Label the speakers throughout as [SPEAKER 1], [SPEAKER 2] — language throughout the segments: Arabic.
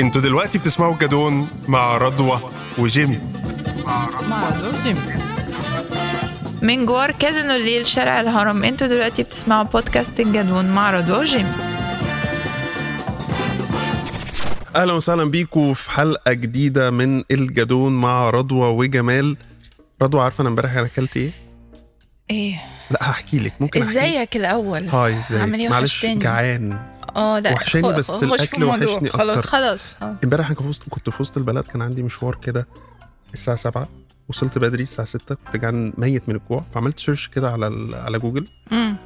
[SPEAKER 1] انتوا دلوقتي بتسمعوا الجدون مع رضوى وجيمي
[SPEAKER 2] من جوار كازينو الليل شارع الهرم انتوا دلوقتي بتسمعوا بودكاست الجدون مع رضوى وجيمي
[SPEAKER 1] اهلا وسهلا بيكم في حلقه جديده من الجدون مع رضوى وجمال رضوى عارفه انا امبارح انا اكلت ايه
[SPEAKER 2] ايه
[SPEAKER 1] لا هحكي لك ممكن أحكي لك.
[SPEAKER 2] ازيك الاول
[SPEAKER 1] هاي ازاي
[SPEAKER 2] عامل إيه
[SPEAKER 1] معلش
[SPEAKER 2] وحشتني؟
[SPEAKER 1] جعان
[SPEAKER 2] اه لا
[SPEAKER 1] وحشاني
[SPEAKER 2] خ-
[SPEAKER 1] بس
[SPEAKER 2] خش في
[SPEAKER 1] الأكل
[SPEAKER 2] الموضوع.
[SPEAKER 1] وحشني
[SPEAKER 2] خلاص
[SPEAKER 1] أكتر.
[SPEAKER 2] خلاص آه.
[SPEAKER 1] امبارح انا كنت في وسط كنت في وسط البلد كان عندي مشوار كده الساعه 7 وصلت بدري الساعه 6 كنت جعان ميت من الجوع فعملت سيرش كده على ال- على جوجل
[SPEAKER 2] أمم.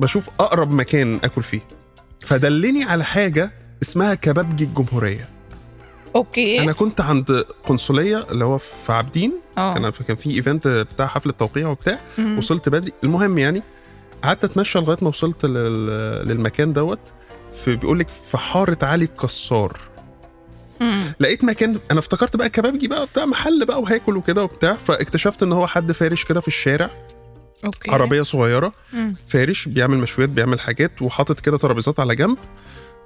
[SPEAKER 1] بشوف اقرب مكان اكل فيه فدلني على حاجه اسمها كبابجي الجمهوريه
[SPEAKER 2] اوكي
[SPEAKER 1] انا كنت عند قنصليه اللي هو في عابدين
[SPEAKER 2] اه
[SPEAKER 1] كان كان في ايفنت بتاع حفله توقيع وبتاع
[SPEAKER 2] أمم.
[SPEAKER 1] وصلت بدري المهم يعني قعدت اتمشى لغايه ما وصلت لل- للمكان دوت في بيقول لك في حاره علي الكسار
[SPEAKER 2] أمم.
[SPEAKER 1] لقيت مكان انا افتكرت بقى كبابجي بقى بتاع محل بقى وهاكل وكده وبتاع فاكتشفت ان هو حد فارش كده في الشارع
[SPEAKER 2] اوكي
[SPEAKER 1] عربيه صغيره
[SPEAKER 2] أمم.
[SPEAKER 1] فارش بيعمل مشويات بيعمل حاجات وحاطط كده ترابيزات على جنب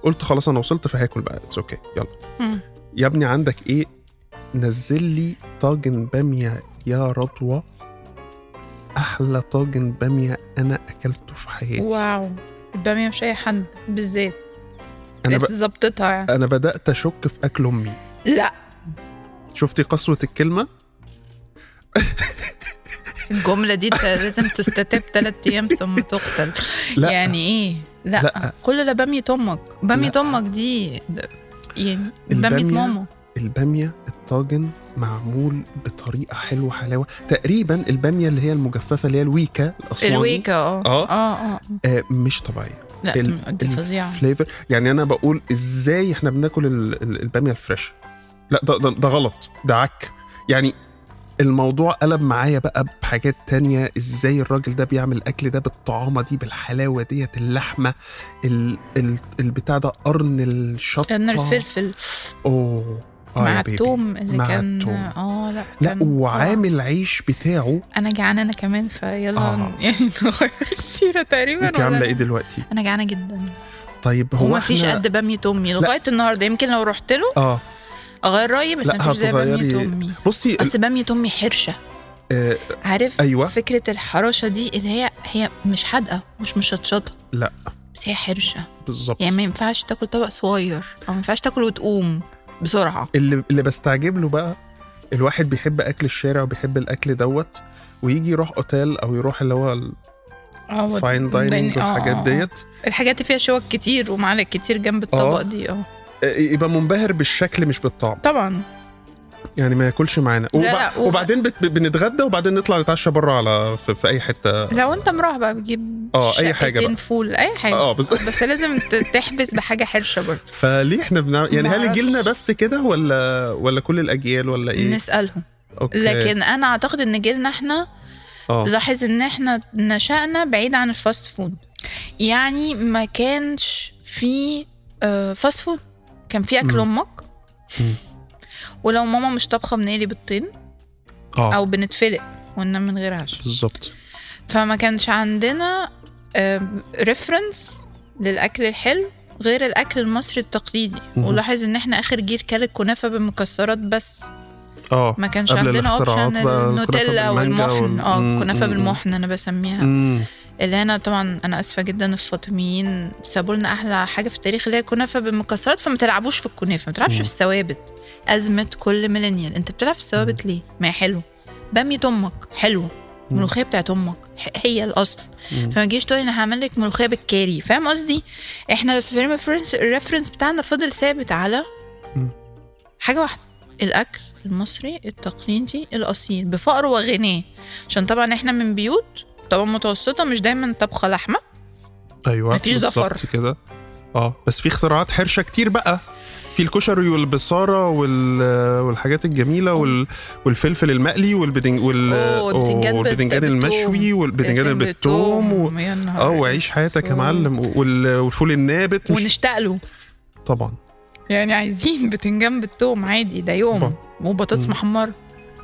[SPEAKER 1] قلت خلاص انا وصلت فهاكل بقى اتس اوكي يلا
[SPEAKER 2] أمم.
[SPEAKER 1] يا ابني عندك ايه نزل لي طاجن باميه يا رضوى احلى طاجن باميه انا اكلته في حياتي
[SPEAKER 2] واو الباميه مش اي حد بالذات
[SPEAKER 1] انا ب...
[SPEAKER 2] بس ظبطتها يعني
[SPEAKER 1] انا بدات اشك في اكل امي
[SPEAKER 2] لا
[SPEAKER 1] شفتي قسوه الكلمه
[SPEAKER 2] الجمله دي ت- لازم تستتاب ثلاث ايام ثم تقتل
[SPEAKER 1] لا.
[SPEAKER 2] يعني ايه لا,
[SPEAKER 1] لا.
[SPEAKER 2] كل ده باميه امك باميه
[SPEAKER 1] لا.
[SPEAKER 2] امك دي ده- يعني باميه
[SPEAKER 1] البامية-
[SPEAKER 2] ماما
[SPEAKER 1] الباميه الطاجن معمول بطريقه حلوه حلاوه تقريبا الباميه اللي هي المجففه اللي هي الويكا الاسواني
[SPEAKER 2] الويكا اه
[SPEAKER 1] آه.
[SPEAKER 2] اه اه
[SPEAKER 1] آه مش طبيعيه
[SPEAKER 2] لا
[SPEAKER 1] ال-
[SPEAKER 2] دي فظيعه
[SPEAKER 1] الفليفر يعني انا بقول ازاي احنا بناكل ال- ال- الباميه الفريش لا ده, ده, ده غلط ده عك يعني الموضوع قلب معايا بقى بحاجات تانية ازاي الراجل ده بيعمل الاكل ده بالطعامه دي بالحلاوه ديت اللحمه ال ال البتاع ده قرن الشطه
[SPEAKER 2] كان الفلفل
[SPEAKER 1] اوه آه يا
[SPEAKER 2] مع
[SPEAKER 1] بيبي.
[SPEAKER 2] التوم اللي
[SPEAKER 1] مع
[SPEAKER 2] كان
[SPEAKER 1] التوم.
[SPEAKER 2] اه لا
[SPEAKER 1] لا
[SPEAKER 2] كان-
[SPEAKER 1] وعامل عيش بتاعه
[SPEAKER 2] آه. انا جعانه انا كمان فيلا
[SPEAKER 1] آه.
[SPEAKER 2] يعني نغير السيره تقريبا
[SPEAKER 1] انت
[SPEAKER 2] ولا
[SPEAKER 1] عامله
[SPEAKER 2] لا؟
[SPEAKER 1] ايه دلوقتي
[SPEAKER 2] انا جعانه جدا
[SPEAKER 1] طيب هو
[SPEAKER 2] وما فيش
[SPEAKER 1] احنا
[SPEAKER 2] قد باميه امي لغايه النهارده يمكن لو رحت له
[SPEAKER 1] اه
[SPEAKER 2] اغير رايي بس
[SPEAKER 1] لا،
[SPEAKER 2] ما فيش زي باميه
[SPEAKER 1] هتغيري-
[SPEAKER 2] امي
[SPEAKER 1] بصي ال-
[SPEAKER 2] اصل باميه امي حرشه
[SPEAKER 1] آه
[SPEAKER 2] عارف
[SPEAKER 1] أيوة.
[SPEAKER 2] فكره الحراشه دي اللي هي هي مش حادقه مش مشطشطه
[SPEAKER 1] لا.
[SPEAKER 2] بس هي حرشه
[SPEAKER 1] بالظبط
[SPEAKER 2] يعني ما ينفعش تاكل طبق صغير او ما ينفعش تاكل وتقوم بسرعه
[SPEAKER 1] اللي اللي بستعجب له بقى الواحد بيحب اكل الشارع وبيحب الاكل دوت ويجي يروح اوتيل او يروح اللي هو
[SPEAKER 2] اه
[SPEAKER 1] الفاين دايننج والحاجات ديت
[SPEAKER 2] آه، الحاجات اللي فيها شوك كتير ومعالق كتير جنب الطبق
[SPEAKER 1] آه.
[SPEAKER 2] دي اه
[SPEAKER 1] آه، يبقى منبهر بالشكل مش بالطعم
[SPEAKER 2] طبعا
[SPEAKER 1] يعني ما ياكلش معانا
[SPEAKER 2] لا، لا، وب-
[SPEAKER 1] وبعدين بت... بنتغدى وبعدين نطلع نتعشى بره على في, في اي حته
[SPEAKER 2] لو انت مروح بقى بتجيب
[SPEAKER 1] آه، أي حاجة
[SPEAKER 2] شقتين
[SPEAKER 1] بقى.
[SPEAKER 2] فول اي حاجه
[SPEAKER 1] اه بس
[SPEAKER 2] بس لازم ت- تحبس بحاجه حرشه برضه
[SPEAKER 1] فليه احنا بنعمل يعني هل
[SPEAKER 2] معرفش.
[SPEAKER 1] جيلنا بس كده ولا ولا كل الاجيال ولا ايه؟
[SPEAKER 2] نسالهم
[SPEAKER 1] اوكي
[SPEAKER 2] لكن انا اعتقد ان جيلنا احنا
[SPEAKER 1] اه
[SPEAKER 2] لاحظ ان احنا نشأنا بعيد عن الفاست فود يعني ما كانش في آه، فاست فود كان في اكل
[SPEAKER 1] مم.
[SPEAKER 2] امك
[SPEAKER 1] مم.
[SPEAKER 2] ولو ماما مش طابخه بنقلي بالطين
[SPEAKER 1] اه
[SPEAKER 2] او بنتفلق وننام من غير عشاء
[SPEAKER 1] بالظبط
[SPEAKER 2] فما كانش عندنا ريفرنس للاكل الحلو غير الاكل المصري التقليدي
[SPEAKER 1] مهم.
[SPEAKER 2] ولاحظ ان احنا اخر جيل كل الكنافه بالمكسرات بس
[SPEAKER 1] اه
[SPEAKER 2] ما كانش
[SPEAKER 1] قبل
[SPEAKER 2] عندنا
[SPEAKER 1] الاختراعات
[SPEAKER 2] اوبشن
[SPEAKER 1] بقى، الكنافة
[SPEAKER 2] النوتيلا
[SPEAKER 1] بالمانجا
[SPEAKER 2] والمحن
[SPEAKER 1] وال-
[SPEAKER 2] اه
[SPEAKER 1] مم،
[SPEAKER 2] الكنافه
[SPEAKER 1] مم، مم.
[SPEAKER 2] بالمحن انا بسميها
[SPEAKER 1] امم
[SPEAKER 2] اللي هنا طبعا انا اسفه جدا الفاطميين سابوا لنا احلى حاجه في التاريخ اللي هي الكنافه بالمكسرات فما تلعبوش في الكنافه ما تلعبش
[SPEAKER 1] مم.
[SPEAKER 2] في الثوابت ازمه كل ميلينيال انت بتلعب في الثوابت ليه ما هي حلو باميه امك حلوه
[SPEAKER 1] مم.
[SPEAKER 2] ملوخيه بتاعت امك ح- هي الاصل
[SPEAKER 1] مم.
[SPEAKER 2] فما تجيش تقولي انا هعمل لك ملوخيه بالكاري فاهم قصدي احنا الفيلم فرنس الريفرنس بتاعنا فضل ثابت على
[SPEAKER 1] مم.
[SPEAKER 2] حاجه واحده الاكل المصري التقليدي الاصيل بفقره وغناه عشان طبعا احنا من بيوت طبعا متوسطه مش دايما طبخه لحمه
[SPEAKER 1] ايوه
[SPEAKER 2] مفيش زفر.
[SPEAKER 1] بالظبط كده اه بس في اختراعات حرشه كتير بقى في الكشري والبصاره وال... والحاجات الجميله وال... والفلفل المقلي والبدنج... وال...
[SPEAKER 2] أوه، البتنجان
[SPEAKER 1] أوه، والبدنجان
[SPEAKER 2] بالت-
[SPEAKER 1] المشوي
[SPEAKER 2] بالثوم.
[SPEAKER 1] والبدنجان بالثوم و...
[SPEAKER 2] بالثوم يا نهار
[SPEAKER 1] اه وعيش حياتك يا
[SPEAKER 2] أسود.
[SPEAKER 1] معلم وال... والفول النابت مش...
[SPEAKER 2] ونشتاق له
[SPEAKER 1] طبعا
[SPEAKER 2] يعني عايزين بتنجان بالثوم عادي ده يوم
[SPEAKER 1] طبعا.
[SPEAKER 2] وبطاطس
[SPEAKER 1] مم. طيب.
[SPEAKER 2] محمره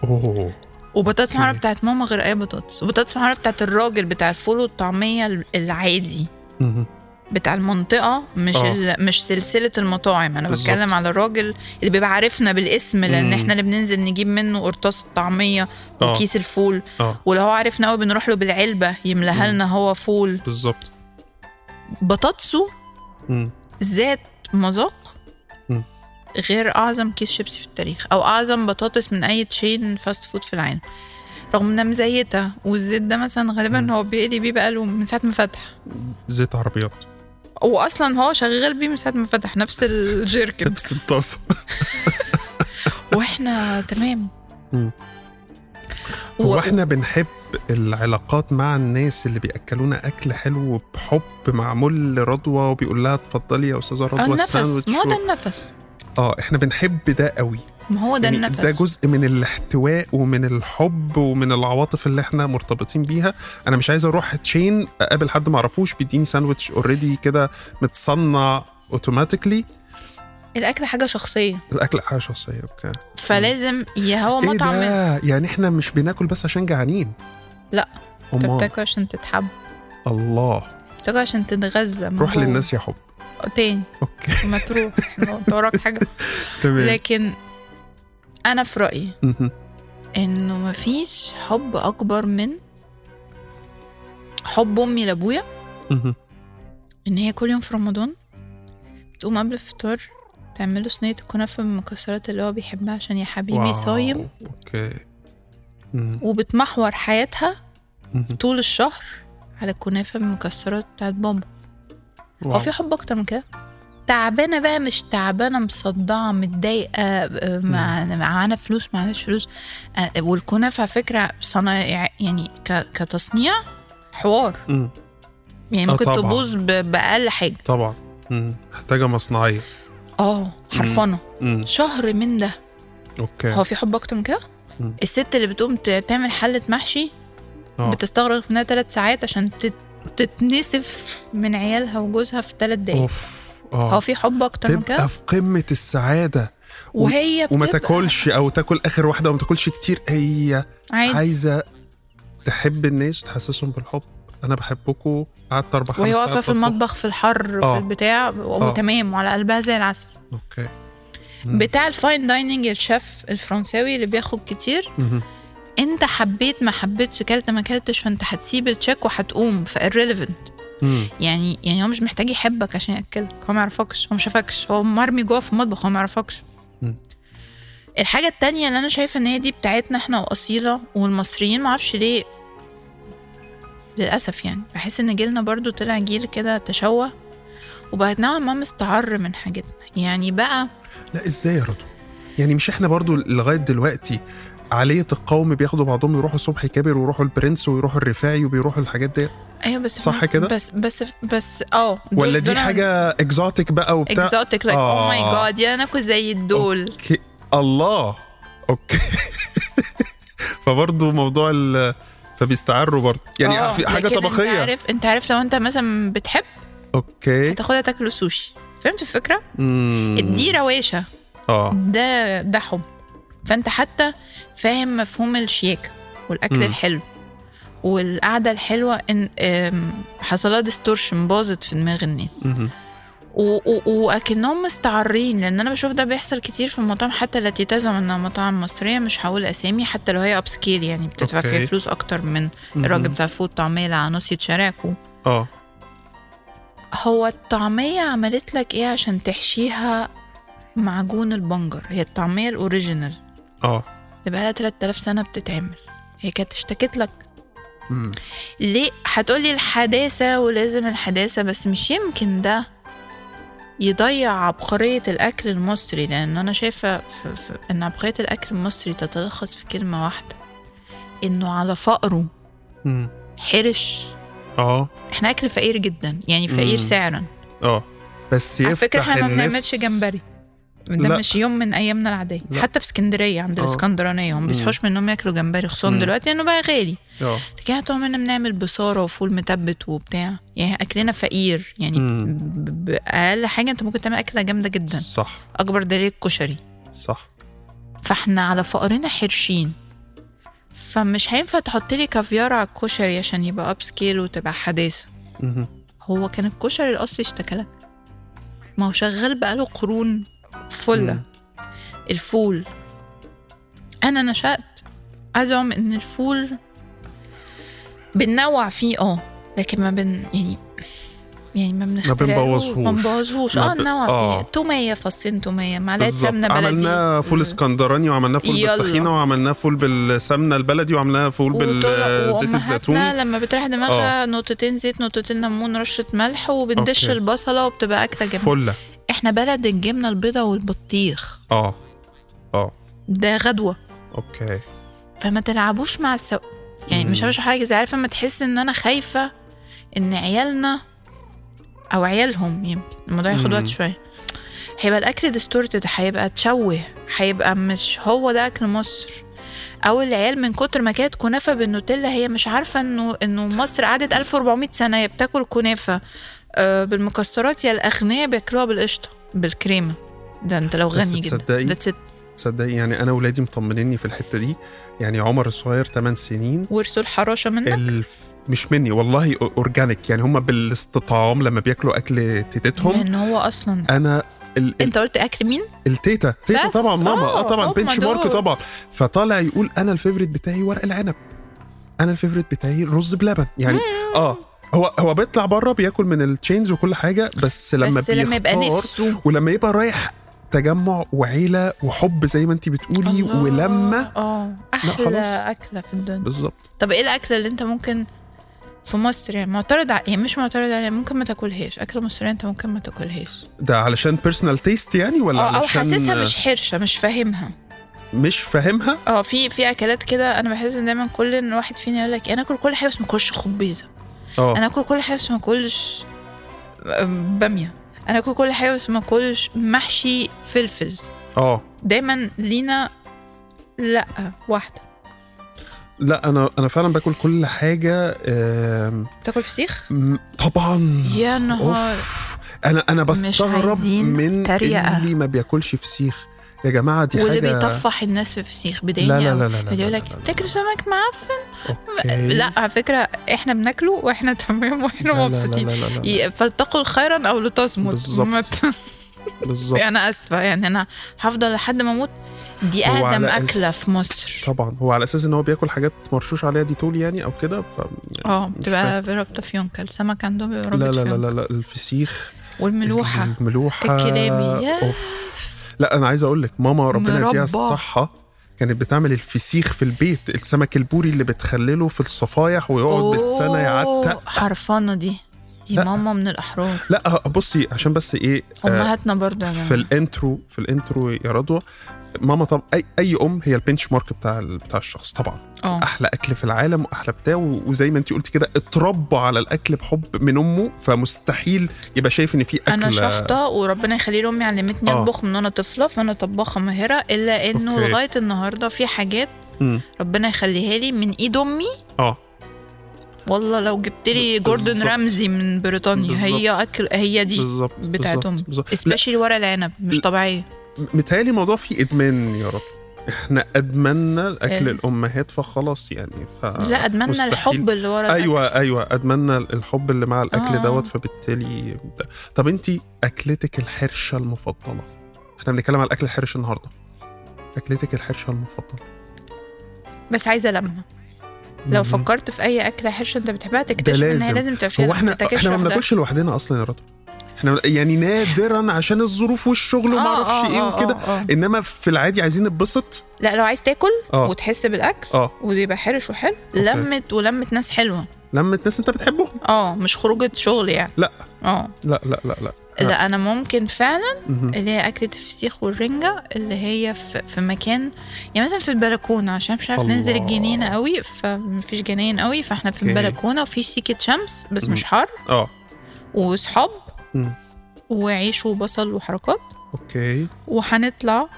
[SPEAKER 1] اوه
[SPEAKER 2] وبطاطس
[SPEAKER 1] أوكي.
[SPEAKER 2] محمره بتاعت ماما غير اي بطاطس وبطاطس محمره بتاعت الراجل بتاع الفول والطعميه ال- العادي
[SPEAKER 1] مهم.
[SPEAKER 2] بتاع المنطقه مش
[SPEAKER 1] آه.
[SPEAKER 2] ال... مش سلسله المطاعم انا
[SPEAKER 1] بالظبط.
[SPEAKER 2] بتكلم على الراجل اللي بيبقى عارفنا بالاسم لان
[SPEAKER 1] مم.
[SPEAKER 2] احنا اللي بننزل نجيب منه قرطاس الطعميه
[SPEAKER 1] آه.
[SPEAKER 2] وكيس الفول
[SPEAKER 1] اه
[SPEAKER 2] ولو هو عارفنا قوي بنروح له بالعلبه يملاها
[SPEAKER 1] مم.
[SPEAKER 2] لنا هو فول
[SPEAKER 1] بالظبط
[SPEAKER 2] بطاطسه
[SPEAKER 1] مم.
[SPEAKER 2] ذات مذاق
[SPEAKER 1] مم.
[SPEAKER 2] غير اعظم كيس شيبسي في التاريخ او اعظم بطاطس من اي تشين فاست فود في العالم رغم انها مزيته والزيت ده مثلا
[SPEAKER 1] مم.
[SPEAKER 2] غالبا هو بيقلي بيه بقاله من ساعه ما فتح
[SPEAKER 1] زيت عربيات
[SPEAKER 2] واصلا هو شغال بيه من ساعه ما فتح نفس الجيركن
[SPEAKER 1] كبس الطاسه
[SPEAKER 2] واحنا تمام
[SPEAKER 1] مم.
[SPEAKER 2] و-
[SPEAKER 1] هو احنا بنحب العلاقات مع الناس اللي بياكلونا اكل حلو بحب معمول لرضوى وبيقول لها اتفضلي يا استاذه
[SPEAKER 2] آه،
[SPEAKER 1] رضوى
[SPEAKER 2] النفس
[SPEAKER 1] الساندوتش
[SPEAKER 2] ما هو
[SPEAKER 1] و-
[SPEAKER 2] ده النفس
[SPEAKER 1] اه احنا بنحب ده قوي
[SPEAKER 2] ما هو ده
[SPEAKER 1] يعني
[SPEAKER 2] النفس
[SPEAKER 1] ده جزء من الاحتواء ومن الحب ومن العواطف اللي احنا مرتبطين بيها انا مش عايز اروح تشين اقابل حد ما اعرفوش بيديني ساندوتش اوريدي كده متصنع اوتوماتيكلي
[SPEAKER 2] الاكل حاجه شخصيه
[SPEAKER 1] الاكل حاجه شخصيه اوكي
[SPEAKER 2] فلازم يا هو
[SPEAKER 1] ايه
[SPEAKER 2] مطعم انت
[SPEAKER 1] ده يعني احنا مش بناكل بس عشان جعانين
[SPEAKER 2] لا.
[SPEAKER 1] امال
[SPEAKER 2] بتاكل عشان تتحب
[SPEAKER 1] الله
[SPEAKER 2] بتاكل عشان تتغذى من
[SPEAKER 1] روح
[SPEAKER 2] جوه.
[SPEAKER 1] للناس يا حب
[SPEAKER 2] تاني
[SPEAKER 1] اوكي
[SPEAKER 2] ما تروح انت وراك حاجه
[SPEAKER 1] تمام
[SPEAKER 2] لكن انا في رايي
[SPEAKER 1] مهم.
[SPEAKER 2] انه مفيش حب اكبر من حب امي لابويا
[SPEAKER 1] مهم.
[SPEAKER 2] ان هي كل يوم في رمضان بتقوم قبل الفطار تعمل له صينيه الكنافه بالمكسرات اللي هو بيحبها عشان يا حبيبي
[SPEAKER 1] واو.
[SPEAKER 2] صايم
[SPEAKER 1] اوكي مم.
[SPEAKER 2] وبتمحور حياتها
[SPEAKER 1] مهم.
[SPEAKER 2] طول الشهر على الكنافه بالمكسرات بتاعت بابا هو
[SPEAKER 1] واو.
[SPEAKER 2] في حب اكتر من كده تعبانه بقى مش تعبانه مصدعه متضايقه آه، مع معانا فلوس معناش فلوس آه، والكنافه على فكره صنايع يعني ك- كتصنيع حوار
[SPEAKER 1] مم.
[SPEAKER 2] يعني
[SPEAKER 1] آه،
[SPEAKER 2] ممكن
[SPEAKER 1] طبعاً.
[SPEAKER 2] تبوظ ب- باقل حاجه
[SPEAKER 1] طبعا مم. محتاجه مصنعيه
[SPEAKER 2] اه حرفنه
[SPEAKER 1] مم.
[SPEAKER 2] شهر من ده
[SPEAKER 1] اوكي
[SPEAKER 2] هو في حب اكتر من كده
[SPEAKER 1] مم.
[SPEAKER 2] الست اللي بتقوم ت- تعمل حله محشي
[SPEAKER 1] آه.
[SPEAKER 2] بتستغرق منها ثلاث ساعات عشان تت- تتنسف من عيالها وجوزها في ثلاث دقايق
[SPEAKER 1] اوف اه
[SPEAKER 2] هو في حب اكتر من كده
[SPEAKER 1] تبقى في قمه السعاده و-
[SPEAKER 2] وهي
[SPEAKER 1] وما
[SPEAKER 2] بتبقى
[SPEAKER 1] تاكلش او تاكل اخر واحده وما تاكلش كتير هي
[SPEAKER 2] عادي
[SPEAKER 1] عايزه تحب الناس وتحسسهم بالحب انا بحبكم قعدت اربع خمس
[SPEAKER 2] وهي
[SPEAKER 1] ساعات
[SPEAKER 2] واقفه
[SPEAKER 1] بطبخ.
[SPEAKER 2] في المطبخ في الحر
[SPEAKER 1] آه.
[SPEAKER 2] في البتاع و-
[SPEAKER 1] آه.
[SPEAKER 2] وتمام وعلى قلبها زي العسل
[SPEAKER 1] اوكي مم.
[SPEAKER 2] بتاع الفاين دايننج الشيف الفرنساوي اللي بياخد كتير
[SPEAKER 1] مهم.
[SPEAKER 2] انت حبيت ما حبيتش كلت ما كلتش فانت هتسيب التشيك وهتقوم فالريليفنت
[SPEAKER 1] مم.
[SPEAKER 2] يعني يعني هو مش محتاج يحبك عشان ياكلك هو ما يعرفكش هو ما شافكش هو مرمي جوه في المطبخ هو ما يعرفكش
[SPEAKER 1] مم.
[SPEAKER 2] الحاجه التانية اللي انا شايفه ان هي دي بتاعتنا احنا واصيله والمصريين ما اعرفش ليه للاسف يعني بحس ان جيلنا برضو طلع جيل كده تشوه وبقت نوعا ما مستعر من حاجتنا يعني بقى
[SPEAKER 1] لا ازاي يا رضوى يعني مش احنا برضو لغايه دلوقتي عالية القوم بياخدوا بعضهم يروحوا صبحي كابر ويروحوا البرنس ويروحوا الرفاعي وبيروحوا الحاجات ديت
[SPEAKER 2] ايوه بس
[SPEAKER 1] صح كده؟
[SPEAKER 2] بس بس بس اه دول-
[SPEAKER 1] ولا دي
[SPEAKER 2] دول
[SPEAKER 1] حاجة اكزوتيك بقى وبتاع
[SPEAKER 2] اكزوتيك لايك اوه ماي
[SPEAKER 1] آه.
[SPEAKER 2] جاد oh يا انا كنت زي الدول
[SPEAKER 1] اوكي الله اوكي فبرضه موضوع ال فبيستعروا برضه يعني
[SPEAKER 2] آه،
[SPEAKER 1] في حاجة
[SPEAKER 2] لكن انت
[SPEAKER 1] طبقية
[SPEAKER 2] عارف انت عارف لو انت مثلا بتحب
[SPEAKER 1] اوكي
[SPEAKER 2] هتاخدها تاكله سوشي فهمت الفكره؟
[SPEAKER 1] إيه؟ مم.
[SPEAKER 2] دي رواشه
[SPEAKER 1] اه
[SPEAKER 2] ده ده حب فانت حتى فاهم مفهوم الشياكه والاكل
[SPEAKER 1] مم.
[SPEAKER 2] الحلو والقعده الحلوه ان آم، حصلها ديستورشن باظت في دماغ الناس
[SPEAKER 1] مهم.
[SPEAKER 2] و- و- واكنهم مستعرين لان انا بشوف ده بيحصل كتير في المطاعم حتى التي تزعم انها مطاعم مصريه مش هقول اسامي حتى لو هي اب سكيل يعني بتدفع
[SPEAKER 1] أوكي.
[SPEAKER 2] فيها فلوس اكتر من الراجل
[SPEAKER 1] مهم.
[SPEAKER 2] بتاع الفول طعميه اللي على نص شراكه
[SPEAKER 1] اه
[SPEAKER 2] هو الطعمية عملت لك ايه عشان تحشيها معجون البنجر هي الطعمية الاوريجينال
[SPEAKER 1] اه
[SPEAKER 2] اللي بقالها 3000 سنة بتتعمل هي كانت اشتكت لك
[SPEAKER 1] مم.
[SPEAKER 2] ليه هتقولي الحداثة ولازم الحداثة بس مش يمكن ده يضيع عبقرية الأكل المصري لأن أنا شايفة في في إن عبقرية الأكل المصري تتلخص في كلمة واحدة إنه على فقره
[SPEAKER 1] مم.
[SPEAKER 2] حرش
[SPEAKER 1] اه
[SPEAKER 2] إحنا أكل فقير جدا يعني فقير
[SPEAKER 1] مم.
[SPEAKER 2] سعرا
[SPEAKER 1] اه بس يفتح
[SPEAKER 2] على فكره احنا ما
[SPEAKER 1] النفس.
[SPEAKER 2] بنعملش جمبري ده
[SPEAKER 1] لا.
[SPEAKER 2] مش يوم من ايامنا العاديه
[SPEAKER 1] لا.
[SPEAKER 2] حتى في اسكندريه عند
[SPEAKER 1] اه.
[SPEAKER 2] الاسكندرانيه هم
[SPEAKER 1] مم.
[SPEAKER 2] بيصحوش من انهم ياكلوا جمبري خصوصا
[SPEAKER 1] مم.
[SPEAKER 2] دلوقتي لانه بقى غالي
[SPEAKER 1] اه
[SPEAKER 2] لكن احنا طول عمرنا بنعمل بصاره وفول متبت وبتاع يعني اكلنا فقير يعني
[SPEAKER 1] مم.
[SPEAKER 2] ب- ب- اقل حاجه انت ممكن تعمل اكله جامده جدا
[SPEAKER 1] صح
[SPEAKER 2] اكبر دليل الكشري
[SPEAKER 1] صح
[SPEAKER 2] فاحنا على فقرنا حرشين فمش هينفع تحط لي كافيار على الكشري عشان يبقى اب سكيل وتبقى حداثه
[SPEAKER 1] مهم.
[SPEAKER 2] هو كان الكشري الاصلي اشتكى لك ما هو شغال بقاله قرون فله
[SPEAKER 1] مم.
[SPEAKER 2] الفول انا نشأت ازعم ان الفول بننوع فيه اه لكن ما بن يعني يعني ما بنخترعوش
[SPEAKER 1] بنبوظهوش.
[SPEAKER 2] ما بنبوظهوش
[SPEAKER 1] ما
[SPEAKER 2] اه
[SPEAKER 1] ب-
[SPEAKER 2] ننوع
[SPEAKER 1] آه.
[SPEAKER 2] فيه توميه فصين توميه معلقه
[SPEAKER 1] بالظبط
[SPEAKER 2] سمنه بلدي
[SPEAKER 1] عملناه فول اسكندراني وعملناه فول
[SPEAKER 2] يلا.
[SPEAKER 1] بالطحينه وعملناه فول بالسمنه البلدي وعملناه فول بالزيت
[SPEAKER 2] وأمهاتنا
[SPEAKER 1] الزيتون آه.
[SPEAKER 2] لما بتريح دماغها نقطتين زيت نقطتين ليمون رشه ملح وبتدش
[SPEAKER 1] أوكي.
[SPEAKER 2] البصله وبتبقى اكله جميله
[SPEAKER 1] فله
[SPEAKER 2] احنا بلد الجبنه البيضاء والبطيخ
[SPEAKER 1] اه اه
[SPEAKER 2] ده غدوه
[SPEAKER 1] اوكي
[SPEAKER 2] فما تلعبوش مع السو يعني مش
[SPEAKER 1] مم.
[SPEAKER 2] هقولش حاجه زي عارفه لما تحس ان انا خايفه ان عيالنا او عيالهم يمكن الموضوع ياخد
[SPEAKER 1] مم.
[SPEAKER 2] وقت شويه هيبقى الاكل ديستورتد هيبقى تشوه هيبقى مش هو ده اكل مصر او العيال من كتر ما كانت كنافه بالنوتيلا هي مش عارفه انه انه مصر قعدت 1400 سنه هي بتاكل كنافه آه، بالمكسرات يا الاغنياء بياكلوها بالقشطه بالكريمه ده انت لو
[SPEAKER 1] بس
[SPEAKER 2] غني جدا
[SPEAKER 1] تصدقي-
[SPEAKER 2] ده ست
[SPEAKER 1] تصدقي يعني انا ولادي مطمنيني في الحته دي يعني عمر الصغير 8 سنين
[SPEAKER 2] ورثوا الحراشه منك
[SPEAKER 1] الف... مش مني والله أو- اورجانيك يعني هم بالاستطعام لما بياكلوا اكل تيتتهم
[SPEAKER 2] لان هو اصلا
[SPEAKER 1] انا ال... ال...
[SPEAKER 2] انت قلت اكل مين؟
[SPEAKER 1] التيتا تيتا
[SPEAKER 2] بس،
[SPEAKER 1] طبعا ماما
[SPEAKER 2] آه،
[SPEAKER 1] اه طبعا
[SPEAKER 2] هما
[SPEAKER 1] بنش مارك
[SPEAKER 2] دول.
[SPEAKER 1] طبعا فطالع يقول انا الفيفوريت بتاعي ورق العنب انا الفيفوريت بتاعي رز بلبن يعني اه هو هو بيطلع بره بياكل من التشينز وكل حاجه بس لما
[SPEAKER 2] بس لما يبقى
[SPEAKER 1] بيختار
[SPEAKER 2] نفسه
[SPEAKER 1] ولما يبقى رايح تجمع وعيله وحب زي ما انت بتقولي
[SPEAKER 2] الله.
[SPEAKER 1] ولما
[SPEAKER 2] اه
[SPEAKER 1] خلاص.
[SPEAKER 2] احلى اكله في الدنيا
[SPEAKER 1] بالظبط
[SPEAKER 2] طب ايه الاكله اللي انت ممكن في مصر يعني معترض ع... يعني مش معترض عليها ممكن ما تاكلهاش اكله مصريه انت ممكن ما تاكلهاش
[SPEAKER 1] ده علشان بيرسونال تيست يعني ولا
[SPEAKER 2] اه او
[SPEAKER 1] علشان
[SPEAKER 2] حاسسها مش حرشه مش فاهمها
[SPEAKER 1] مش فاهمها
[SPEAKER 2] اه في في اكلات كده انا بحس ان دايما كل إن واحد فينا يقول لك انا اكل كل حاجه بس ما اكلش خبيزه
[SPEAKER 1] اه
[SPEAKER 2] انا اكل كل حاجه بس ما آه، اكلش باميه انا اكل كل حاجه بس ما اكلش محشي فلفل
[SPEAKER 1] اه
[SPEAKER 2] دايما لينا لا واحده
[SPEAKER 1] لا انا انا فعلا باكل كل حاجه آم،
[SPEAKER 2] بتاكل فسيخ
[SPEAKER 1] م- طبعا
[SPEAKER 2] يا نهار
[SPEAKER 1] اوف انا انا بستغرب
[SPEAKER 2] عايزين
[SPEAKER 1] من
[SPEAKER 2] تريقة.
[SPEAKER 1] اللي ما بياكلش فسيخ يا جماعه دي
[SPEAKER 2] واللي
[SPEAKER 1] حاجه
[SPEAKER 2] بيطفح الناس في فسيخ بداية
[SPEAKER 1] لا لا لا لا لا
[SPEAKER 2] بيقول
[SPEAKER 1] لا-
[SPEAKER 2] لك
[SPEAKER 1] لا- لا-
[SPEAKER 2] تاكل سمك معفن
[SPEAKER 1] أوكي.
[SPEAKER 2] لا على فكره احنا بناكله واحنا تمام
[SPEAKER 1] لا- لا-
[SPEAKER 2] واحنا مبسوطين
[SPEAKER 1] لا- لا- لا- لا.
[SPEAKER 2] ي- فلتقل خيرا او لتصمت
[SPEAKER 1] بالظبط.
[SPEAKER 2] ما ت-
[SPEAKER 1] بالظبط
[SPEAKER 2] انا اسفه يعني انا هفضل لحد ما اموت دي
[SPEAKER 1] هو
[SPEAKER 2] اقدم
[SPEAKER 1] على
[SPEAKER 2] اكله في مصر
[SPEAKER 1] طبعا هو على اساس ان هو بياكل حاجات مرشوش عليها دي تول يعني او كده ف
[SPEAKER 2] اه
[SPEAKER 1] فاهم.
[SPEAKER 2] بتبقى رابطه في يونكا السمك عندهم بيبقى
[SPEAKER 1] لا
[SPEAKER 2] رابط
[SPEAKER 1] لا
[SPEAKER 2] في
[SPEAKER 1] لا
[SPEAKER 2] يونكا
[SPEAKER 1] لا, لا الفسيخ
[SPEAKER 2] والملوحه
[SPEAKER 1] الملوحه
[SPEAKER 2] الكلابي. ياه.
[SPEAKER 1] اوف لا انا عايز اقول لك ماما ربنا يديها
[SPEAKER 2] مربى.
[SPEAKER 1] الصحه كانت بتعمل الفسيخ في البيت السمك البوري اللي بتخلله في الصفايح ويقعد بالسنه يعتق
[SPEAKER 2] أوه، حرفانه دي دي
[SPEAKER 1] لا.
[SPEAKER 2] ماما من الاحرار
[SPEAKER 1] لا أه، بصي عشان بس ايه آه،
[SPEAKER 2] امهاتنا برضه يا
[SPEAKER 1] في
[SPEAKER 2] جماعه
[SPEAKER 1] الانترو في الانترو يا رضوى ماما طب اي اي ام هي البنش مارك بتاع ال- بتاع الشخص طبعا
[SPEAKER 2] اه
[SPEAKER 1] احلى اكل في العالم واحلى بتاع و- وزي ما انت قلتي كده اتربى على الاكل بحب من امه فمستحيل يبقى شايف ان في
[SPEAKER 2] انا
[SPEAKER 1] اكل
[SPEAKER 2] شحطه وربنا يخلي لي امي علمتني
[SPEAKER 1] آه.
[SPEAKER 2] اطبخ من وانا طفله فانا طباخه ماهره الا انه
[SPEAKER 1] أوكي.
[SPEAKER 2] لغايه النهارده في حاجات
[SPEAKER 1] مم.
[SPEAKER 2] ربنا يخليها لي من ايد امي
[SPEAKER 1] اه
[SPEAKER 2] والله لو جبت لي
[SPEAKER 1] ب-
[SPEAKER 2] جوردن
[SPEAKER 1] بالظبط.
[SPEAKER 2] رامزي من بريطانيا
[SPEAKER 1] بالظبط.
[SPEAKER 2] هي اكل هي دي
[SPEAKER 1] بالظبط
[SPEAKER 2] بتاعت
[SPEAKER 1] بالظبط
[SPEAKER 2] أمي.
[SPEAKER 1] بالظبط. لا،
[SPEAKER 2] سبيشالي ورق العنب مش
[SPEAKER 1] ل-
[SPEAKER 2] طبيعيه
[SPEAKER 1] متهيألي الموضوع فيه ادمان يا رب احنا ادمنا الاكل
[SPEAKER 2] إيه.
[SPEAKER 1] الامهات فخلاص يعني ف
[SPEAKER 2] لا ادمنا
[SPEAKER 1] مستحيل.
[SPEAKER 2] الحب اللي ورا الأكل.
[SPEAKER 1] ايوه ايوه ادمنا الحب اللي مع الاكل
[SPEAKER 2] آه.
[SPEAKER 1] آه. دوت فبالتالي ده. طب انت اكلتك الحرشه المفضله احنا بنتكلم على الاكل الحرش النهارده اكلتك الحرشه المفضله
[SPEAKER 2] بس عايزه لما لو
[SPEAKER 1] مم.
[SPEAKER 2] فكرت في اي اكله حرشه انت بتحبها تكتشف ان هي
[SPEAKER 1] لازم.
[SPEAKER 2] لازم تبقى فيها
[SPEAKER 1] هو
[SPEAKER 2] لما، ما
[SPEAKER 1] احنا
[SPEAKER 2] تتاكلش
[SPEAKER 1] احنا ما
[SPEAKER 2] لوحدها.
[SPEAKER 1] بناكلش لوحدنا اصلا يا رضوى احنا يعني نادرا عشان الظروف والشغل وما
[SPEAKER 2] آه،
[SPEAKER 1] اعرفش
[SPEAKER 2] آه،
[SPEAKER 1] ايه
[SPEAKER 2] آه،
[SPEAKER 1] وكده
[SPEAKER 2] آه، آه.
[SPEAKER 1] انما في العادي عايزين نتبسط
[SPEAKER 2] لا لو عايز تاكل
[SPEAKER 1] اه
[SPEAKER 2] وتحس بالاكل
[SPEAKER 1] اه
[SPEAKER 2] ويبقى حرش وحلو لمه ولمه ناس حلوه
[SPEAKER 1] لما ناس انت بتحبهم
[SPEAKER 2] اه مش خروجه شغل يعني
[SPEAKER 1] لا.
[SPEAKER 2] اه
[SPEAKER 1] لا لا لا لا
[SPEAKER 2] لا انا ممكن فعلا
[SPEAKER 1] مهم.
[SPEAKER 2] اللي هي اكله الفسيخ والرنجه اللي هي في, في مكان يعني مثلا في البلكونه عشان مش عارف
[SPEAKER 1] الله.
[SPEAKER 2] ننزل الجنينه قوي فمفيش جناين قوي فاحنا في
[SPEAKER 1] أوكي.
[SPEAKER 2] البلكونه وفي سكه شمس بس
[SPEAKER 1] مم.
[SPEAKER 2] مش حر
[SPEAKER 1] اه
[SPEAKER 2] وصحاب
[SPEAKER 1] مم.
[SPEAKER 2] وعيش وبصل وحركات
[SPEAKER 1] اوكي
[SPEAKER 2] وهنطلع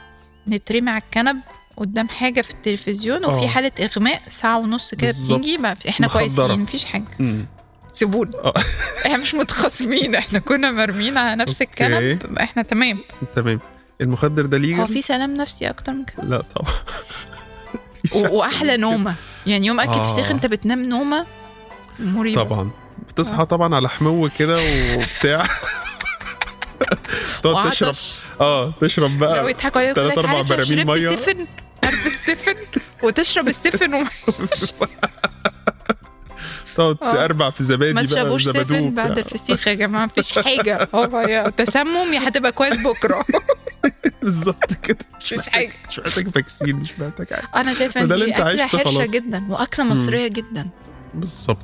[SPEAKER 2] نترمي على الكنب قدام حاجه في التلفزيون وفي
[SPEAKER 1] آه.
[SPEAKER 2] حاله اغماء ساعه ونص كده
[SPEAKER 1] بالظبط.
[SPEAKER 2] بتيجي ما- احنا
[SPEAKER 1] مخدرة.
[SPEAKER 2] كويسين مفيش حاجه
[SPEAKER 1] مم.
[SPEAKER 2] سيبونا
[SPEAKER 1] آه.
[SPEAKER 2] احنا مش متخاصمين احنا كنا مرمين على نفس
[SPEAKER 1] أوكي.
[SPEAKER 2] الكنب احنا تمام
[SPEAKER 1] تمام المخدر ده
[SPEAKER 2] هو
[SPEAKER 1] ليجل
[SPEAKER 2] في سلام نفسي اكتر من كده
[SPEAKER 1] لا طبعا
[SPEAKER 2] و- واحلى نومه يعني يوم اكل
[SPEAKER 1] آه.
[SPEAKER 2] فسيخ انت بتنام نومه مريبه
[SPEAKER 1] طبعا
[SPEAKER 2] آه.
[SPEAKER 1] بتصحى طبعا على حمو كده وبتاع تقعد تشرب اه تشرب
[SPEAKER 2] لو
[SPEAKER 1] بقى
[SPEAKER 2] يضحكوا عليك
[SPEAKER 1] تلات أربع براميل مية.
[SPEAKER 2] السفن عارف السفن وتشرب السفن وما
[SPEAKER 1] تقعد
[SPEAKER 2] آه.
[SPEAKER 1] تقربع في زبادي
[SPEAKER 2] ما
[SPEAKER 1] بقى
[SPEAKER 2] تشربوش
[SPEAKER 1] زبادو
[SPEAKER 2] سفن
[SPEAKER 1] وبتاع.
[SPEAKER 2] بعد الفسيخ يا جماعه مفيش حاجه هو يا تسمم يا هتبقى كويس بكره
[SPEAKER 1] بالظبط كده
[SPEAKER 2] مش حاجه
[SPEAKER 1] مش محتاج فاكسين مش محتاج حاجه
[SPEAKER 2] انا شايفه
[SPEAKER 1] ما
[SPEAKER 2] ان
[SPEAKER 1] ده اللي
[SPEAKER 2] دي
[SPEAKER 1] أنت
[SPEAKER 2] اكله
[SPEAKER 1] عشته خلاص.
[SPEAKER 2] حرشه جدا واكله مصريه جدا
[SPEAKER 1] بالظبط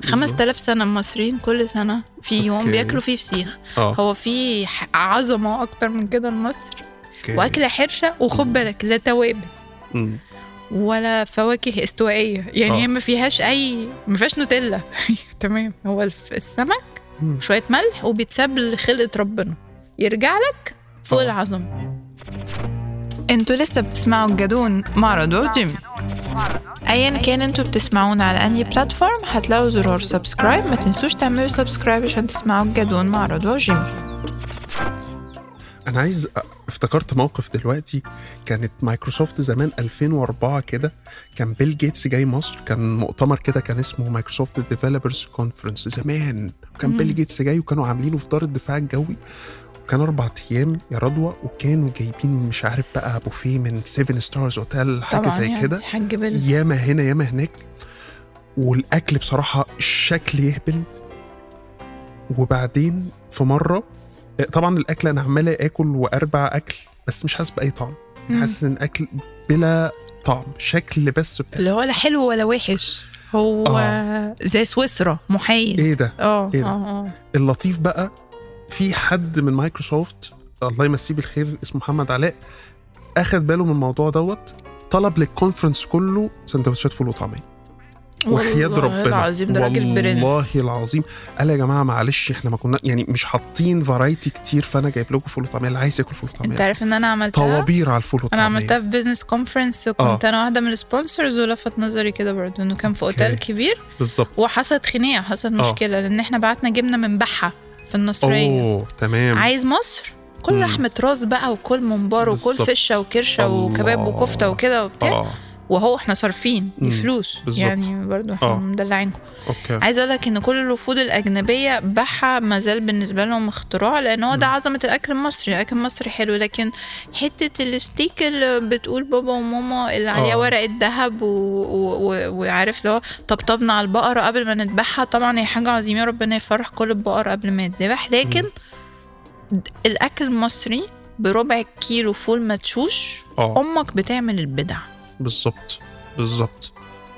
[SPEAKER 1] بالظبط.
[SPEAKER 2] 5000 سنه المصريين كل سنه في يوم
[SPEAKER 1] أوكي.
[SPEAKER 2] بياكلوا فيه فسيخ
[SPEAKER 1] اه
[SPEAKER 2] هو في ح- عظمه اكتر من كده لمصر
[SPEAKER 1] أوكي.
[SPEAKER 2] واكله حرشه وخد بالك لا توابل
[SPEAKER 1] مم.
[SPEAKER 2] ولا فواكه استوائيه يعني
[SPEAKER 1] آه.
[SPEAKER 2] هي ما فيهاش اي ما فيهاش نوتيلا تمام هو الف- السمك
[SPEAKER 1] مم.
[SPEAKER 2] وشويه ملح وبيتساب لخلقه ربنا يرجع لك فوق
[SPEAKER 1] آه.
[SPEAKER 2] العظمه انتوا لسه بتسمعوا الجدون مع رضوى وجيمي ايا كان انتوا بتسمعونا على انهي بلاتفورم هتلاقوا زرار سبسكرايب ما تنسوش تعملوا سبسكرايب عشان تسمعوا الجدون مع رضوى وجيمي
[SPEAKER 1] انا عايز أ- افتكرت موقف دلوقتي كانت مايكروسوفت زمان 2004 كده كان بيل جيتس جاي مصر كان مؤتمر كده كان اسمه مايكروسوفت ديفلوبرز كونفرنس زمان كان
[SPEAKER 2] مم.
[SPEAKER 1] بيل جيتس جاي وكانوا عاملينه في دار الدفاع الجوي كان اربع ايام يا رضوى وكانوا جايبين مش عارف بقى بوفيه من 7 ستارز اوتيل حاجه
[SPEAKER 2] طبعاً
[SPEAKER 1] زي
[SPEAKER 2] يعني
[SPEAKER 1] كده
[SPEAKER 2] حاج بل
[SPEAKER 1] ياما هنا ياما هناك والاكل بصراحه الشكل يهبل وبعدين في آه، مره طبعا الاكل انا عمال اكل واربع اكل بس مش حاسس باي طعم أنا
[SPEAKER 2] مم.
[SPEAKER 1] حاسس ان الاكل بلا طعم شكل بس بتاع
[SPEAKER 2] اللي هو لا حلو ولا وحش هو
[SPEAKER 1] آه.
[SPEAKER 2] زي سويسرا محايد
[SPEAKER 1] ايه ده
[SPEAKER 2] اه
[SPEAKER 1] إيه
[SPEAKER 2] اه
[SPEAKER 1] ده؟
[SPEAKER 2] آه.
[SPEAKER 1] اللطيف بقى في حد من مايكروسوفت الله يمسيه بالخير اسمه محمد علاء اخد باله من الموضوع دوت طلب للكونفرنس كله سندوتشات فول وطعميه وحياة
[SPEAKER 2] والله
[SPEAKER 1] ربنا
[SPEAKER 2] العظيم ده راجل برنس
[SPEAKER 1] والله العظيم قال يا جماعه معلش احنا ما كنا يعني مش حاطين فرايتي كتير فانا جايب لكم فول وطعميه اللي عايز ياكل فول
[SPEAKER 2] انت
[SPEAKER 1] وطعميه
[SPEAKER 2] عارف ان انا عملتها
[SPEAKER 1] يعني طوابير يعني. آه. على الفول
[SPEAKER 2] انا
[SPEAKER 1] وطعميه
[SPEAKER 2] عملتها في بيزنس كونفرنس وكنت انا واحده من السبونسرز ولفت نظري كده برضو انه كان في اوتيل
[SPEAKER 1] أوكي.
[SPEAKER 2] كبير
[SPEAKER 1] بالظبط
[SPEAKER 2] وحصلت خناقه حصلت
[SPEAKER 1] آه.
[SPEAKER 2] مشكله لان احنا بعتنا جبنه من بحه في النصريه
[SPEAKER 1] اوه تمام
[SPEAKER 2] عايز مصر كل
[SPEAKER 1] مم.
[SPEAKER 2] لحمة راس بقى وكل ممبار وكل
[SPEAKER 1] بالظبط.
[SPEAKER 2] فشة وكرشة
[SPEAKER 1] الله.
[SPEAKER 2] وكباب وكفتة وكده وبتاع
[SPEAKER 1] اه
[SPEAKER 2] وهو احنا صارفين دي
[SPEAKER 1] مم.
[SPEAKER 2] فلوس
[SPEAKER 1] بالظبط.
[SPEAKER 2] يعني برضو احنا
[SPEAKER 1] آه.
[SPEAKER 2] مدلعينكم
[SPEAKER 1] اوكي
[SPEAKER 2] عايز اقول لك ان كل الوفود الاجنبيه بحه ما زال بالنسبه لهم اختراع لان هو ده
[SPEAKER 1] مم.
[SPEAKER 2] عظمه الاكل المصري الاكل المصري حلو لكن حته الستيك اللي بتقول بابا وماما اللي عليها
[SPEAKER 1] آه.
[SPEAKER 2] ورقه ذهب و... و... و... وعارف اللي هو طبطبنا على البقره قبل ما نذبحها طبعا هي حاجه عظيمه ربنا يفرح كل البقر قبل ما يتذبح لكن د- الاكل المصري بربع كيلو فول مدشوش
[SPEAKER 1] اه
[SPEAKER 2] امك بتعمل البدع
[SPEAKER 1] بالظبط بالظبط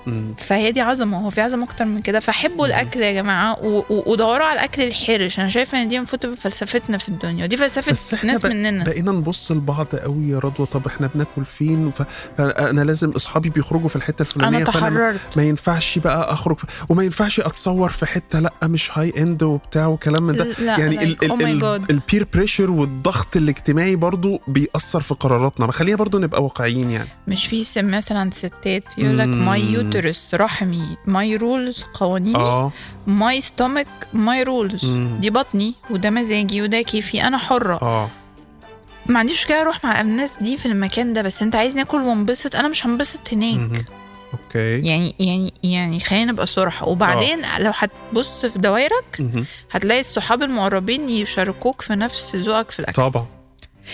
[SPEAKER 1] مم.
[SPEAKER 2] فهي دي عظمه هو في عظمه اكتر من كده فحبوا
[SPEAKER 1] مم.
[SPEAKER 2] الاكل يا جماعه و- و- ودوروا على الاكل الحرش انا شايفه ان دي المفروض تبقى فلسفتنا في الدنيا ودي
[SPEAKER 1] بس
[SPEAKER 2] فلسفه
[SPEAKER 1] إحنا
[SPEAKER 2] ناس
[SPEAKER 1] بقى-
[SPEAKER 2] مننا
[SPEAKER 1] بقينا نبص لبعض قوي يا رضوى طب احنا بناكل فين ف... فانا لازم اصحابي بيخرجوا في الحته
[SPEAKER 2] انا
[SPEAKER 1] الفلانيه فانا
[SPEAKER 2] تحررت
[SPEAKER 1] ما ينفعش بقى اخرج وما ينفعش اتصور في حته لا مش هاي اند وبتاع وكلام من ده
[SPEAKER 2] لا
[SPEAKER 1] يعني
[SPEAKER 2] like, oh my God.
[SPEAKER 1] البير بريشر والضغط الاجتماعي برضو بيأثر في قراراتنا ما خلينا برضو نبقى واقعيين يعني
[SPEAKER 2] مش في اسم مثلا ستات يقول لك
[SPEAKER 1] مم.
[SPEAKER 2] ماي يوترس رحمي ماي رولز قوانيني
[SPEAKER 1] اه
[SPEAKER 2] ماي ستومك ماي رولز
[SPEAKER 1] مم.
[SPEAKER 2] دي بطني وده مزاجي وده كيفي انا حره
[SPEAKER 1] اه
[SPEAKER 2] ما عنديش كده اروح مع الناس دي في المكان ده بس انت عايز ناكل وانبسط انا مش هنبسط هناك
[SPEAKER 1] مهم. اوكي
[SPEAKER 2] يعني يعني يعني خلينا نبقى صراحة وبعدين لو هتبص في دوائرك
[SPEAKER 1] مهم.
[SPEAKER 2] هتلاقي الصحاب المقربين يشاركوك في نفس ذوقك في الاكل
[SPEAKER 1] طبعا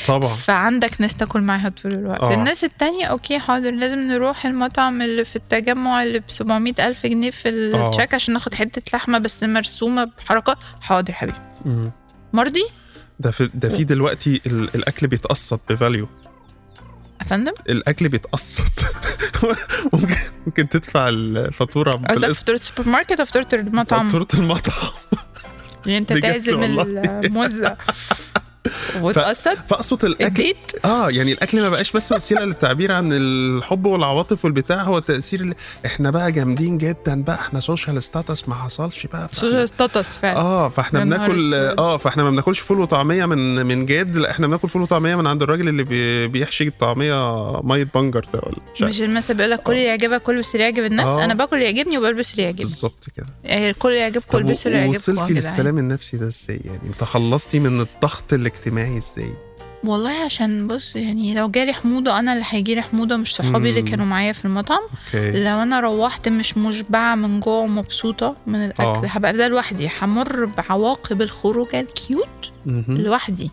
[SPEAKER 1] طبعا
[SPEAKER 2] فعندك ناس تاكل معاها طول الوقت
[SPEAKER 1] آه.
[SPEAKER 2] أوه. الناس التانية اوكي حاضر لازم نروح المطعم اللي في التجمع اللي ب 700 الف جنيه في
[SPEAKER 1] آه.
[SPEAKER 2] التشيك عشان ناخد حتة لحمة بس مرسومة بحركة حاضر حبيبي
[SPEAKER 1] مم.
[SPEAKER 2] مرضي
[SPEAKER 1] ده في ده في دلوقتي ال- الاكل بيتقسط بفاليو
[SPEAKER 2] افندم
[SPEAKER 1] الاكل بيتقسط ممكن ممكن تدفع الفاتوره
[SPEAKER 2] قصدك
[SPEAKER 1] بالقسط
[SPEAKER 2] فطيرة سوبر ماركت او فطيرة المطعم
[SPEAKER 1] فاتوره المطعم
[SPEAKER 2] يعني انت
[SPEAKER 1] بجد
[SPEAKER 2] تعزم
[SPEAKER 1] والله.
[SPEAKER 2] الموزة وتقسط
[SPEAKER 1] فاقصد الاكل
[SPEAKER 2] الديت
[SPEAKER 1] اه يعني الاكل ما بقاش بس وسيله للتعبير عن الحب والعواطف والبتاع هو تاثير اللي احنا بقى جامدين جدا بقى احنا سوشيال ستاتس ما حصلش بقى فاحنا-
[SPEAKER 2] ستاتس فعلا
[SPEAKER 1] اه فاحنا
[SPEAKER 2] يا نهار
[SPEAKER 1] بناكل
[SPEAKER 2] أسود.
[SPEAKER 1] اه فاحنا ما بناكلش فول وطعميه من من جاد لا احنا بناكل فول وطعميه من عند الراجل اللي بي- بيحشي الطعميه ميه بنجر ده ولا مش عارف.
[SPEAKER 2] مش المثل بيقول لك كل اللي يعجبك كل بس اللي يعجب الناس
[SPEAKER 1] آه.
[SPEAKER 2] انا باكل اللي يعجبني وبلبس اللي يعجبني
[SPEAKER 1] بالظبط كده
[SPEAKER 2] يعني الكل يعجبك
[SPEAKER 1] طب
[SPEAKER 2] كل بس اللي
[SPEAKER 1] و-
[SPEAKER 2] يعجبك يعني.
[SPEAKER 1] وصلتي للسلام النفسي ده ازاي يعني تخلصتي من الضغط الاجتماعي ازاي
[SPEAKER 2] والله عشان بص يعني لو جالي حموضة أنا اللي هيجيلي حموضة مش صحابي اللي
[SPEAKER 1] مم.
[SPEAKER 2] كانوا معايا في المطعم
[SPEAKER 1] اوكي
[SPEAKER 2] لو أنا روحت مش مشبعة من جوه ومبسوطة من
[SPEAKER 1] آه.
[SPEAKER 2] الأكل هبقى ده لوحدي همر بعواقب الخروجة الكيوت
[SPEAKER 1] مهم.
[SPEAKER 2] لوحدي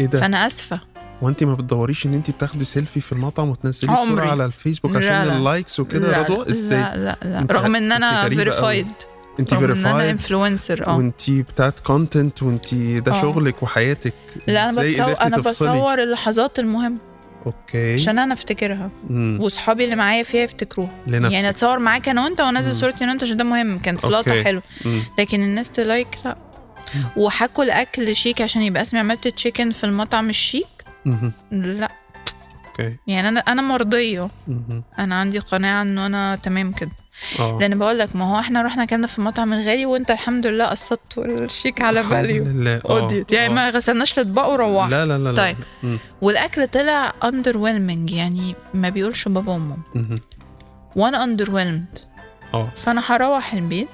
[SPEAKER 1] ايه ده
[SPEAKER 2] فأنا آسفة
[SPEAKER 1] وانت ما بتدوريش ان انت بتاخدي سيلفي في المطعم وتنزلي الصوره
[SPEAKER 2] عمري.
[SPEAKER 1] على الفيسبوك
[SPEAKER 2] لا،
[SPEAKER 1] عشان
[SPEAKER 2] لا.
[SPEAKER 1] اللايكس وكده يا
[SPEAKER 2] لا
[SPEAKER 1] رضوى ازاي
[SPEAKER 2] لا لا, لا.
[SPEAKER 1] انت-
[SPEAKER 2] رغم إن
[SPEAKER 1] انت
[SPEAKER 2] أنا
[SPEAKER 1] غريبة أوي.
[SPEAKER 2] فيريفايد
[SPEAKER 1] انت
[SPEAKER 2] رغم إن أنا
[SPEAKER 1] فيريفايد
[SPEAKER 2] إنفلونسر أه
[SPEAKER 1] وانت بتاعت كونتنت وانت ده
[SPEAKER 2] آه.
[SPEAKER 1] شغلك وحياتك
[SPEAKER 2] لا أنا
[SPEAKER 1] ازاي
[SPEAKER 2] بتصور
[SPEAKER 1] قدرتي
[SPEAKER 2] أنا
[SPEAKER 1] تفصلي إيه؟
[SPEAKER 2] بصور اللحظات المهمة
[SPEAKER 1] اوكي
[SPEAKER 2] عشان أنا أفتكرها
[SPEAKER 1] مم.
[SPEAKER 2] وصحابي اللي معايا فيها يفتكروها
[SPEAKER 1] لنفسك
[SPEAKER 2] يعني اتصور معاك انا وانت وانزل
[SPEAKER 1] مم.
[SPEAKER 2] صورتي انا وانت عشان ده مهم كان فلاطه
[SPEAKER 1] أوكي.
[SPEAKER 2] حلو
[SPEAKER 1] مم.
[SPEAKER 2] لكن الناس تلايك لا وهاكل اكل شيك عشان يبقى اسمي عملت تشيكن في المطعم الشيك
[SPEAKER 1] مهم.
[SPEAKER 2] لا
[SPEAKER 1] اوكي
[SPEAKER 2] يعني انا انا مرضيه
[SPEAKER 1] مهم.
[SPEAKER 2] انا عندي قناعه ان انا تمام كده
[SPEAKER 1] اه
[SPEAKER 2] لان بقول لك ما هو احنا رحنا كنا في المطعم الغالي وانت الحمد لله قسطت الشيك على
[SPEAKER 1] الحمد
[SPEAKER 2] فاليو
[SPEAKER 1] لله. آه.
[SPEAKER 2] اوديت يعني
[SPEAKER 1] آه.
[SPEAKER 2] ما غسلناش الاطباق وروحنا
[SPEAKER 1] لا لا لا لا.
[SPEAKER 2] طيب.
[SPEAKER 1] مم.
[SPEAKER 2] والاكل طلع اندر يعني ما بيقولش بابا وماما
[SPEAKER 1] مهم.
[SPEAKER 2] وانا اندر
[SPEAKER 1] اه
[SPEAKER 2] فانا هروح البيت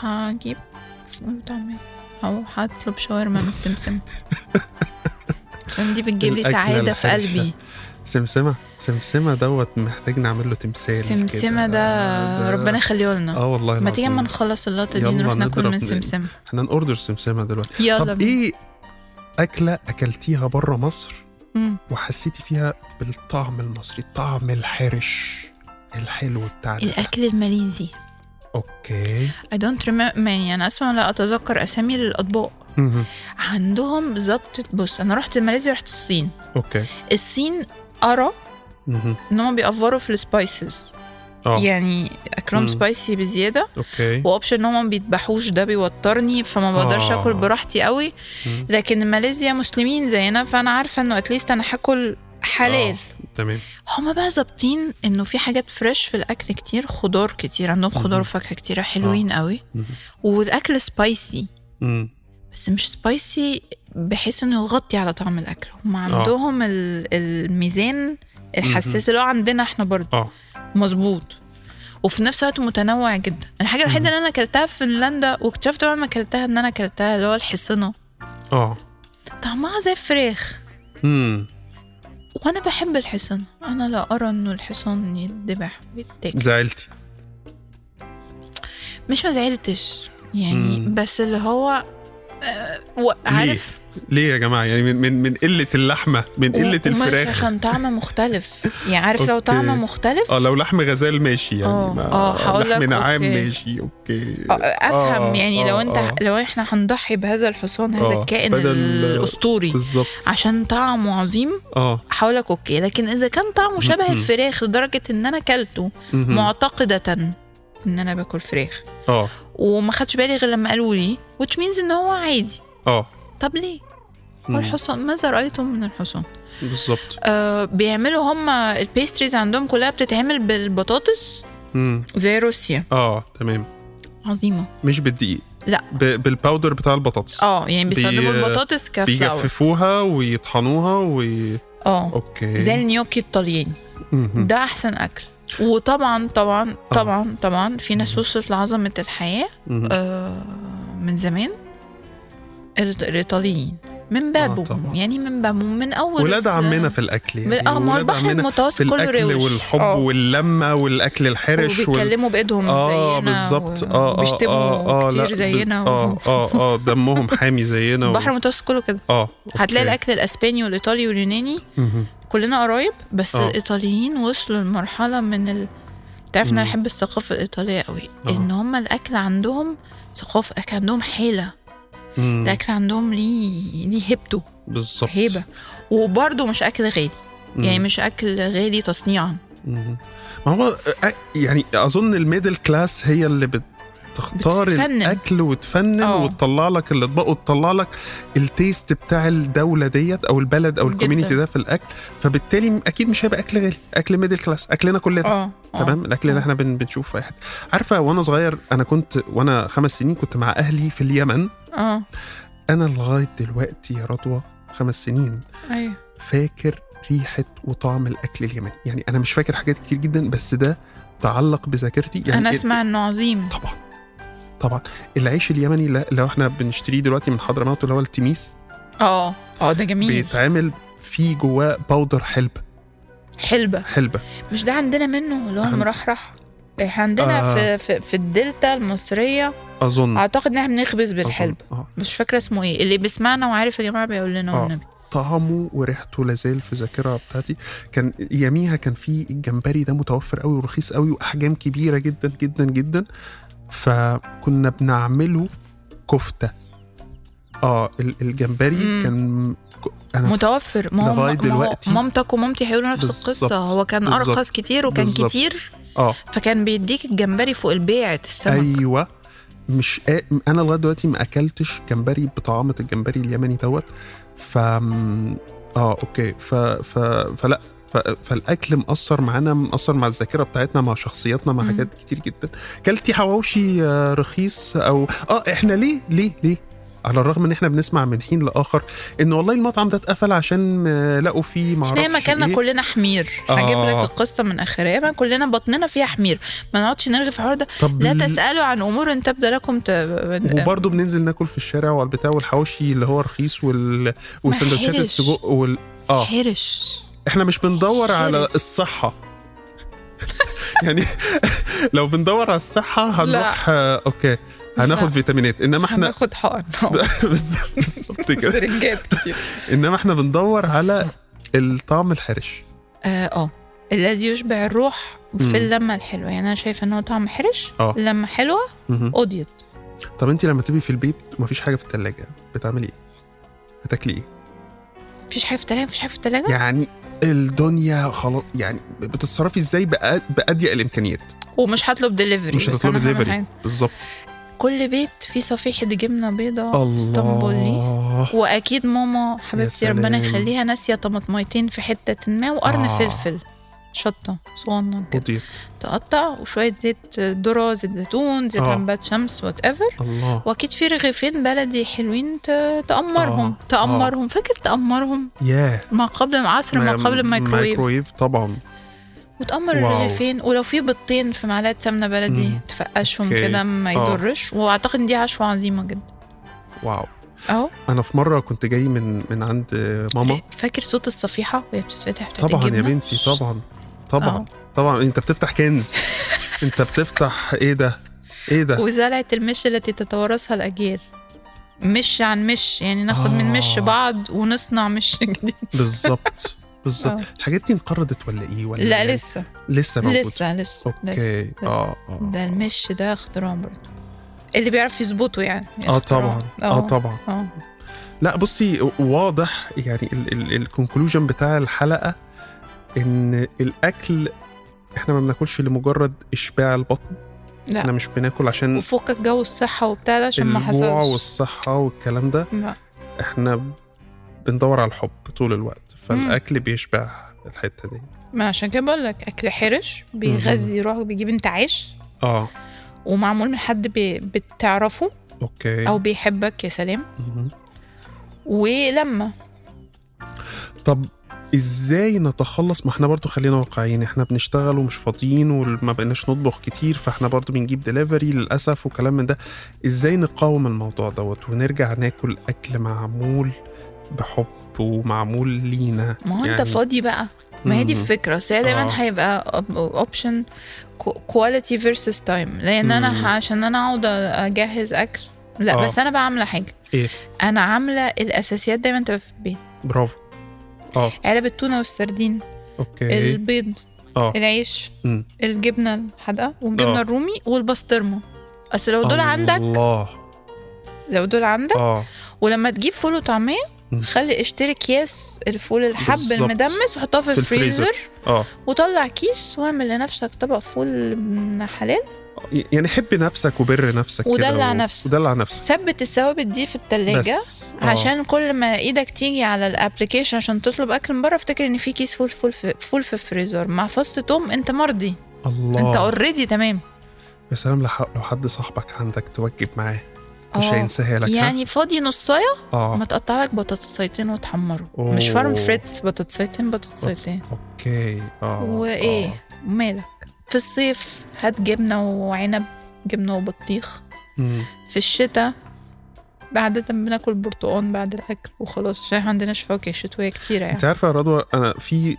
[SPEAKER 2] هجيب فول طعمية او هطلب شاورما من سمسم عشان دي بتجيب لي
[SPEAKER 1] الأكلة
[SPEAKER 2] سعاده في
[SPEAKER 1] الحرشة.
[SPEAKER 2] قلبي
[SPEAKER 1] سمسمه سمسمه دوت محتاج نعمل له تمثال كده.
[SPEAKER 2] سمسمه ده
[SPEAKER 1] ده-
[SPEAKER 2] ربنا يخليه لنا
[SPEAKER 1] اه والله
[SPEAKER 2] ما تيجي اما
[SPEAKER 1] العظيم.
[SPEAKER 2] نخلص اللقطه دي
[SPEAKER 1] يلا
[SPEAKER 2] نروح ناكل
[SPEAKER 1] نضرب
[SPEAKER 2] من
[SPEAKER 1] ن-
[SPEAKER 2] سمسم
[SPEAKER 1] احنا نوردر سمسمه دلوقتي
[SPEAKER 2] يلا
[SPEAKER 1] طب
[SPEAKER 2] بينا.
[SPEAKER 1] ايه اكله اكلتيها بره مصر
[SPEAKER 2] مم.
[SPEAKER 1] وحسيتي فيها بالطعم المصري الطعم الحرش الحلو بتاعنا ده؟
[SPEAKER 2] الاكل الماليزي
[SPEAKER 1] اوكي
[SPEAKER 2] I don't remember يعني انا اصلا لا اتذكر اسامي للاطباق
[SPEAKER 1] مهم.
[SPEAKER 2] عندهم ظبطه بص انا رحت ماليزيا ورحت الصين
[SPEAKER 1] اوكي
[SPEAKER 2] الصين ارى
[SPEAKER 1] مهم.
[SPEAKER 2] ان هم بيأفروا في السبايسز
[SPEAKER 1] اه
[SPEAKER 2] يعني اكلهم
[SPEAKER 1] مم.
[SPEAKER 2] سبايسي بزياده
[SPEAKER 1] اوكي
[SPEAKER 2] واوبشن ان هم ما بيذبحوش ده بيوترني فما بقدرش
[SPEAKER 1] آه.
[SPEAKER 2] اكل براحتي قوي
[SPEAKER 1] مم.
[SPEAKER 2] لكن ماليزيا مسلمين زينا فانا عارفه انه اتليست انا هاكل حلال
[SPEAKER 1] آه، تمام
[SPEAKER 2] هما بقى ظابطين انه في حاجات فريش في الاكل كتير خضار كتير عندهم خضار
[SPEAKER 1] مهم. آه.
[SPEAKER 2] وفاكهه كتيره حلوين قوي
[SPEAKER 1] مهم.
[SPEAKER 2] والاكل سبايسي
[SPEAKER 1] مم.
[SPEAKER 2] بس مش سبايسي بحيث انه يغطي على طعم الاكل هما
[SPEAKER 1] آه.
[SPEAKER 2] عندهم ال- الميزان الحساس اللي هو عندنا احنا برضه
[SPEAKER 1] اه
[SPEAKER 2] مظبوط وفي نفس الوقت متنوع جدا الحاجه الوحيده اللي انا اكلتها في فنلندا واكتشفت بعد ما اكلتها ان انا اكلتها اللي هو الحصنه
[SPEAKER 1] اه
[SPEAKER 2] طعمها زي الفراخ
[SPEAKER 1] مم.
[SPEAKER 2] وانا بحب الحصان انا لا ارى انه الحصان يتذبح ويتاكل
[SPEAKER 1] زعلتي
[SPEAKER 2] مش ما زعلتش يعني
[SPEAKER 1] مم.
[SPEAKER 2] بس اللي هو آه، و- عارف
[SPEAKER 1] ليه يا جماعه يعني من من من قله اللحمه من
[SPEAKER 2] و-
[SPEAKER 1] قله
[SPEAKER 2] ومش
[SPEAKER 1] الفراخ
[SPEAKER 2] عشان طعم مختلف يعني عارف لو
[SPEAKER 1] أوكي.
[SPEAKER 2] طعم مختلف
[SPEAKER 1] اه لو لحم غزال ماشي يعني
[SPEAKER 2] آه،
[SPEAKER 1] ما-
[SPEAKER 2] آه، هقول لك
[SPEAKER 1] لحم نعام
[SPEAKER 2] أوكي.
[SPEAKER 1] ماشي اوكي
[SPEAKER 2] آه، افهم
[SPEAKER 1] آه،
[SPEAKER 2] يعني لو
[SPEAKER 1] آه،
[SPEAKER 2] انت
[SPEAKER 1] آه.
[SPEAKER 2] لو احنا هنضحي بهذا الحصان هذا
[SPEAKER 1] آه،
[SPEAKER 2] الكائن
[SPEAKER 1] بدل-
[SPEAKER 2] الاسطوري
[SPEAKER 1] بالظبط
[SPEAKER 2] عشان طعمه عظيم
[SPEAKER 1] اه
[SPEAKER 2] حولك اوكي لكن اذا كان طعمه شبه
[SPEAKER 1] مم.
[SPEAKER 2] الفراخ لدرجه ان انا اكلته
[SPEAKER 1] مهم.
[SPEAKER 2] معتقده ان انا باكل فراخ
[SPEAKER 1] اه
[SPEAKER 2] وما خدش بالي غير لما قالوا لي which means ان هو عادي
[SPEAKER 1] اه
[SPEAKER 2] طب ليه
[SPEAKER 1] مم.
[SPEAKER 2] هو الحصان ماذا رايتم من الحصان
[SPEAKER 1] بالظبط
[SPEAKER 2] آه بيعملوا هم البيستريز عندهم كلها بتتعمل بالبطاطس
[SPEAKER 1] مم.
[SPEAKER 2] زي روسيا
[SPEAKER 1] اه تمام
[SPEAKER 2] عظيمه
[SPEAKER 1] مش بالدقيق
[SPEAKER 2] لا.
[SPEAKER 1] ب... بالباودر بتاع البطاطس
[SPEAKER 2] اه يعني بيستخدموا
[SPEAKER 1] بي-
[SPEAKER 2] البطاطس كفلاور
[SPEAKER 1] بيجففوها ويطحنوها و
[SPEAKER 2] اه
[SPEAKER 1] اوكي
[SPEAKER 2] زي النيوكي الطلياني
[SPEAKER 1] مهم.
[SPEAKER 2] ده احسن اكل وطبعا طبعا
[SPEAKER 1] آه.
[SPEAKER 2] طبعا طبعا في ناس وصلت لعظمه الحياه
[SPEAKER 1] مهم.
[SPEAKER 2] آه، من زمان الإيط- الايطاليين من بابهم
[SPEAKER 1] طبعا.
[SPEAKER 2] يعني من بابهم من اول
[SPEAKER 1] آه، ولاد
[SPEAKER 2] الس-
[SPEAKER 1] عمنا في الاكل يعني
[SPEAKER 2] من- آه، ما هو
[SPEAKER 1] ولاد
[SPEAKER 2] البحر
[SPEAKER 1] عمنا في
[SPEAKER 2] المتوسط كله
[SPEAKER 1] الاكل
[SPEAKER 2] روش
[SPEAKER 1] والحب
[SPEAKER 2] آه.
[SPEAKER 1] واللمه والاكل الحرش وال...
[SPEAKER 2] وبيتكلموا بايدهم
[SPEAKER 1] اه
[SPEAKER 2] زينا
[SPEAKER 1] بالظبط
[SPEAKER 2] و-
[SPEAKER 1] اه اه
[SPEAKER 2] وبيشتموا
[SPEAKER 1] اه اه
[SPEAKER 2] كتير
[SPEAKER 1] لا،
[SPEAKER 2] زينا
[SPEAKER 1] ب-
[SPEAKER 2] و-
[SPEAKER 1] اه اه اه دمهم حامي زينا و-
[SPEAKER 2] البحر المتوسط كله كده
[SPEAKER 1] اه أوكي.
[SPEAKER 2] هتلاقي الاكل الاسباني والايطالي واليوناني
[SPEAKER 1] مهم.
[SPEAKER 2] كلنا قرايب بس
[SPEAKER 1] آه.
[SPEAKER 2] الايطاليين وصلوا لمرحله من ال... تعرف ان انا
[SPEAKER 1] مم.
[SPEAKER 2] بحب الثقافه الايطاليه قوي
[SPEAKER 1] آه.
[SPEAKER 2] ان هم الاكل عندهم ثقافه الاكل عندهم حيله
[SPEAKER 1] مم.
[SPEAKER 2] الاكل عندهم ليه ليه هيبته
[SPEAKER 1] بالظبط
[SPEAKER 2] هيبه وبرده مش اكل غالي
[SPEAKER 1] مم.
[SPEAKER 2] يعني مش اكل غالي تصنيعا
[SPEAKER 1] مم. ما هو آه، يعني اظن الميدل كلاس هي اللي بتختار
[SPEAKER 2] بتفنن.
[SPEAKER 1] الاكل وتفنن
[SPEAKER 2] آه.
[SPEAKER 1] وتطلع لك الاطباق وتطلع لك التيست بتاع الدوله ديت او البلد او
[SPEAKER 2] جداً.
[SPEAKER 1] الكوميونتي ده في الاكل فبالتالي اكيد مش هيبقى اكل غالي اكل ميدل كلاس اكلنا كلنا
[SPEAKER 2] اه آه.
[SPEAKER 1] تمام الاكل اللي احنا بن- بنشوفه في اي حته عارفه وانا صغير انا كنت وانا خمس سنين كنت مع اهلي في اليمن
[SPEAKER 2] اه
[SPEAKER 1] انا لغايه دلوقتي يا رضوى خمس سنين
[SPEAKER 2] ايوه
[SPEAKER 1] فاكر ريحه وطعم الاكل اليمني يعني انا مش فاكر حاجات كتير جدا بس ده تعلق بذاكرتي يعني
[SPEAKER 2] انا
[SPEAKER 1] ال-
[SPEAKER 2] اسمع انه عظيم
[SPEAKER 1] طبعا طبعا العيش اليمني لا- لو احنا بنشتريه دلوقتي من حضرموت اللي هو التميس
[SPEAKER 2] اه اه ده جميل
[SPEAKER 1] بيتعمل في جواه باودر حلبة
[SPEAKER 2] حلبة
[SPEAKER 1] حلبة
[SPEAKER 2] مش ده عندنا منه اللي هو
[SPEAKER 1] عن-
[SPEAKER 2] المرحرح احنا عندنا
[SPEAKER 1] آه.
[SPEAKER 2] في, في في الدلتا المصرية
[SPEAKER 1] أظن
[SPEAKER 2] اعتقد ان احنا بنخبز
[SPEAKER 1] أظن.
[SPEAKER 2] بالحلبة
[SPEAKER 1] آه.
[SPEAKER 2] مش فاكرة اسمه ايه اللي بيسمعنا وعارف يا جماعة بيقول لنا
[SPEAKER 1] آه.
[SPEAKER 2] والنبي
[SPEAKER 1] طعمه وريحته لازال في الذاكره بتاعتي كان يميها كان في الجمبري ده متوفر قوي ورخيص قوي واحجام كبيره جدا جدا جدا فكنا بنعمله كفته اه ال- الجمبري
[SPEAKER 2] مم.
[SPEAKER 1] كان ك- انا
[SPEAKER 2] متوفر ما هو
[SPEAKER 1] لغاية
[SPEAKER 2] ما هو
[SPEAKER 1] دلوقتي.
[SPEAKER 2] مامتك ومامتي هيقولوا نفس
[SPEAKER 1] بالظبط،
[SPEAKER 2] القصة هو كان
[SPEAKER 1] بالظبط،
[SPEAKER 2] ارخص كتير وكان
[SPEAKER 1] بالظبط.
[SPEAKER 2] كتير
[SPEAKER 1] اه
[SPEAKER 2] فكان بيديك الجمبري فوق البيع السمك
[SPEAKER 1] ايوه مش قا... انا لغايه دلوقتي ما اكلتش جمبري بطعامه الجمبري اليمني دوت ف اه اوكي ف... ف... فلا ف... فالاكل مأثر معانا مأثر مع الذاكره بتاعتنا مع شخصياتنا مع
[SPEAKER 2] مم.
[SPEAKER 1] حاجات كتير جدا كلتي حواوشي آه، رخيص او اه احنا ليه ليه ليه على الرغم ان احنا بنسمع من حين لاخر ان والله المطعم ده اتقفل عشان آه، لقوا فيه معرفش
[SPEAKER 2] احنا مكاننا
[SPEAKER 1] إيه.
[SPEAKER 2] كلنا حمير هجيب
[SPEAKER 1] آه.
[SPEAKER 2] لك القصه من اخرها ما كلنا بطننا فيها حمير ما نقعدش نرغي في الحوار ده
[SPEAKER 1] طب
[SPEAKER 2] لا
[SPEAKER 1] ل-
[SPEAKER 2] تسالوا عن امور ان تبدو لكم ت...
[SPEAKER 1] وبرضه بننزل ناكل في الشارع وعلى البتاع والحواوشي اللي هو رخيص وال... وسندوتشات
[SPEAKER 2] حرش.
[SPEAKER 1] السجق وال... اه
[SPEAKER 2] حرش
[SPEAKER 1] احنا مش بندور على
[SPEAKER 2] حلو.
[SPEAKER 1] الصحة يعني لو بندور على الصحة هنروح آه، اوكي
[SPEAKER 2] لا.
[SPEAKER 1] هناخد فيتامينات انما احنا
[SPEAKER 2] هناخد حقن
[SPEAKER 1] بالظبط بالظبط كده
[SPEAKER 2] سرنجات كتير
[SPEAKER 1] انما احنا بندور على الطعم الحرش
[SPEAKER 2] اه آه. الذي يشبع الروح
[SPEAKER 1] مم.
[SPEAKER 2] في اللمه الحلوه يعني انا شايفه ان هو طعم حرش
[SPEAKER 1] آه.
[SPEAKER 2] لما حلوه
[SPEAKER 1] مهم.
[SPEAKER 2] قضيت
[SPEAKER 1] طب انت لما تبقي في البيت ومفيش حاجة في التلاجة بتعملي ايه؟ هتاكلي ايه؟
[SPEAKER 2] مفيش حاجه في التلاجه مفيش حاجه في التلاجه
[SPEAKER 1] يعني الدنيا خلاص يعني بتتصرفي ازاي بأ- بأضيق الامكانيات
[SPEAKER 2] ومش هطلب دليفري
[SPEAKER 1] مش
[SPEAKER 2] بس
[SPEAKER 1] هتطلبي
[SPEAKER 2] أنا هعمل
[SPEAKER 1] دليفري
[SPEAKER 2] حاجة.
[SPEAKER 1] بالظبط
[SPEAKER 2] كل بيت فيه صفيحه جبنه بيضاء اسطنبولي
[SPEAKER 1] الله
[SPEAKER 2] واكيد ماما حبيبتي
[SPEAKER 1] يا
[SPEAKER 2] ربنا
[SPEAKER 1] سلام.
[SPEAKER 2] يخليها ناسيه طماطميتين في حته ما وقرن
[SPEAKER 1] آه.
[SPEAKER 2] فلفل شطه صغنن كده
[SPEAKER 1] قضيت
[SPEAKER 2] تقطع وشويه زيت ذره زيت زيتون زيت
[SPEAKER 1] آه.
[SPEAKER 2] عباد شمس وات ايفر
[SPEAKER 1] الله
[SPEAKER 2] واكيد في رغيفين بلدي حلوين ت- تأمرهم
[SPEAKER 1] آه.
[SPEAKER 2] تأمرهم فاكر تأمرهم
[SPEAKER 1] ياه
[SPEAKER 2] ما قبل عصر ما قبل الميكروويف
[SPEAKER 1] مايكرويف طبعا
[SPEAKER 2] وتأمر
[SPEAKER 1] واو.
[SPEAKER 2] الرغيفين ولو في بيضتين في معلقه سمنه بلدي
[SPEAKER 1] مم.
[SPEAKER 2] تفقشهم
[SPEAKER 1] أوكي.
[SPEAKER 2] كده ما
[SPEAKER 1] آه.
[SPEAKER 2] يضرش واعتقد إن دي عشوه عظيمه جدا
[SPEAKER 1] واو
[SPEAKER 2] اهو
[SPEAKER 1] انا في مره كنت جاي من من عند ماما
[SPEAKER 2] فاكر صوت الصفيحه وهي بتتفتح بتاعت
[SPEAKER 1] طبعا يا
[SPEAKER 2] الجبنة؟
[SPEAKER 1] بنتي طبعا طبعا
[SPEAKER 2] آه.
[SPEAKER 1] طبعا انت بتفتح كنز انت بتفتح ايه ده ايه ده
[SPEAKER 2] وزرعة المش التي تتوارثها الأجيال مش عن مش يعني ناخد من مش
[SPEAKER 1] آه.
[SPEAKER 2] بعض ونصنع مش جديد
[SPEAKER 1] بالظبط بالظبط
[SPEAKER 2] آه.
[SPEAKER 1] الحاجات دي انقرضت ولا ايه ولا
[SPEAKER 2] لا
[SPEAKER 1] يعني
[SPEAKER 2] لسه
[SPEAKER 1] اه. لسه موجود
[SPEAKER 2] لسه لسه لسه.
[SPEAKER 1] اوكي اه اه
[SPEAKER 2] ده المش ده اختراع برضه اللي بيعرف يظبطه يعني
[SPEAKER 1] اه طبعا
[SPEAKER 2] اختراع.
[SPEAKER 1] اه طبعا
[SPEAKER 2] اه
[SPEAKER 1] لا بصي واضح يعني الكونكلوجن بتاع الحلقه ان الاكل احنا ما بناكلش لمجرد اشباع البطن
[SPEAKER 2] لا.
[SPEAKER 1] احنا مش بناكل عشان
[SPEAKER 2] وفكك جو الصحة وبتاع ده عشان ما
[SPEAKER 1] الجوع
[SPEAKER 2] حصلش
[SPEAKER 1] والصحه والكلام ده
[SPEAKER 2] لا.
[SPEAKER 1] احنا بندور على الحب طول الوقت فالاكل بيشبع الحته دي
[SPEAKER 2] ما عشان كده بقول لك أكل حرش بيغذي روحك بيجيب انتعاش
[SPEAKER 1] اه
[SPEAKER 2] ومعمول من حد بي- بتعرفه
[SPEAKER 1] اوكي
[SPEAKER 2] أو بيحبك يا سلام
[SPEAKER 1] مهم.
[SPEAKER 2] ولما
[SPEAKER 1] طب ازاي نتخلص ما احنا برضو خلينا واقعيين احنا بنشتغل ومش فاضيين وما بقيناش نطبخ كتير فاحنا برضو بنجيب دليفري للاسف وكلام من ده ازاي نقاوم الموضوع دوت ونرجع ناكل اكل معمول بحب ومعمول لينا
[SPEAKER 2] ما هو انت
[SPEAKER 1] يعني-
[SPEAKER 2] فاضي بقى ما هي دي
[SPEAKER 1] مم.
[SPEAKER 2] الفكره بس هي
[SPEAKER 1] آه.
[SPEAKER 2] دايما هيبقى اوبشن كواليتي فيرسس تايم لان
[SPEAKER 1] مم.
[SPEAKER 2] انا ه- عشان انا اقعد اجهز اكل لا
[SPEAKER 1] آه.
[SPEAKER 2] بس انا بقى عامله حاجه
[SPEAKER 1] إيه؟
[SPEAKER 2] انا عامله الاساسيات دايما تبقى في البيت
[SPEAKER 1] برافو اه
[SPEAKER 2] علبه تونه والسردين
[SPEAKER 1] اوكي
[SPEAKER 2] البيض
[SPEAKER 1] اه
[SPEAKER 2] العيش
[SPEAKER 1] مم.
[SPEAKER 2] الجبنه الحادقه والجبنه
[SPEAKER 1] آه.
[SPEAKER 2] الرومي والبسطرمه اصل لو دول عندك
[SPEAKER 1] الله
[SPEAKER 2] لو دول عندك
[SPEAKER 1] اه
[SPEAKER 2] ولما تجيب فول وطعميه
[SPEAKER 1] مم.
[SPEAKER 2] خلي اشتري اكياس الفول الحب
[SPEAKER 1] بالظبط.
[SPEAKER 2] المدمس وحطها في,
[SPEAKER 1] في الفريزر.
[SPEAKER 2] الفريزر
[SPEAKER 1] اه
[SPEAKER 2] وطلع كيس واعمل لنفسك طبق فول من حلال
[SPEAKER 1] يعني حب نفسك وبر نفسك كده
[SPEAKER 2] ودلع
[SPEAKER 1] و-
[SPEAKER 2] نفسك.
[SPEAKER 1] ودلع نفسك
[SPEAKER 2] ثبت الثوابت دي في التلاجة
[SPEAKER 1] بس آه.
[SPEAKER 2] عشان كل ما ايدك تيجي على الابلكيشن عشان تطلب اكل من بره افتكر ان في كيس فول فول في, فول في الفريزر مع فص توم انت مرضي
[SPEAKER 1] آه. الله
[SPEAKER 2] انت اوريدي تمام
[SPEAKER 1] يا سلام لح- لو حد صاحبك عندك توجب معاه مش
[SPEAKER 2] آه.
[SPEAKER 1] هينساها لك ها؟
[SPEAKER 2] يعني فاضي نصايه
[SPEAKER 1] اه
[SPEAKER 2] ما تقطع لك بطاطسيتين وتحمره
[SPEAKER 1] أوه.
[SPEAKER 2] مش فارم فريتس بطاطسيتين بطاطسيتين
[SPEAKER 1] اوكي اه
[SPEAKER 2] وايه مالك في الصيف هات جبنه وعنب جبنه وبطيخ
[SPEAKER 1] آه. مم.
[SPEAKER 2] في الشتاء عادة بناكل برتقال بعد الأكل وخلاص عشان احنا ما عندناش فواكه شتوية كتيرة يعني
[SPEAKER 1] انت عارفه يا رضوى انا في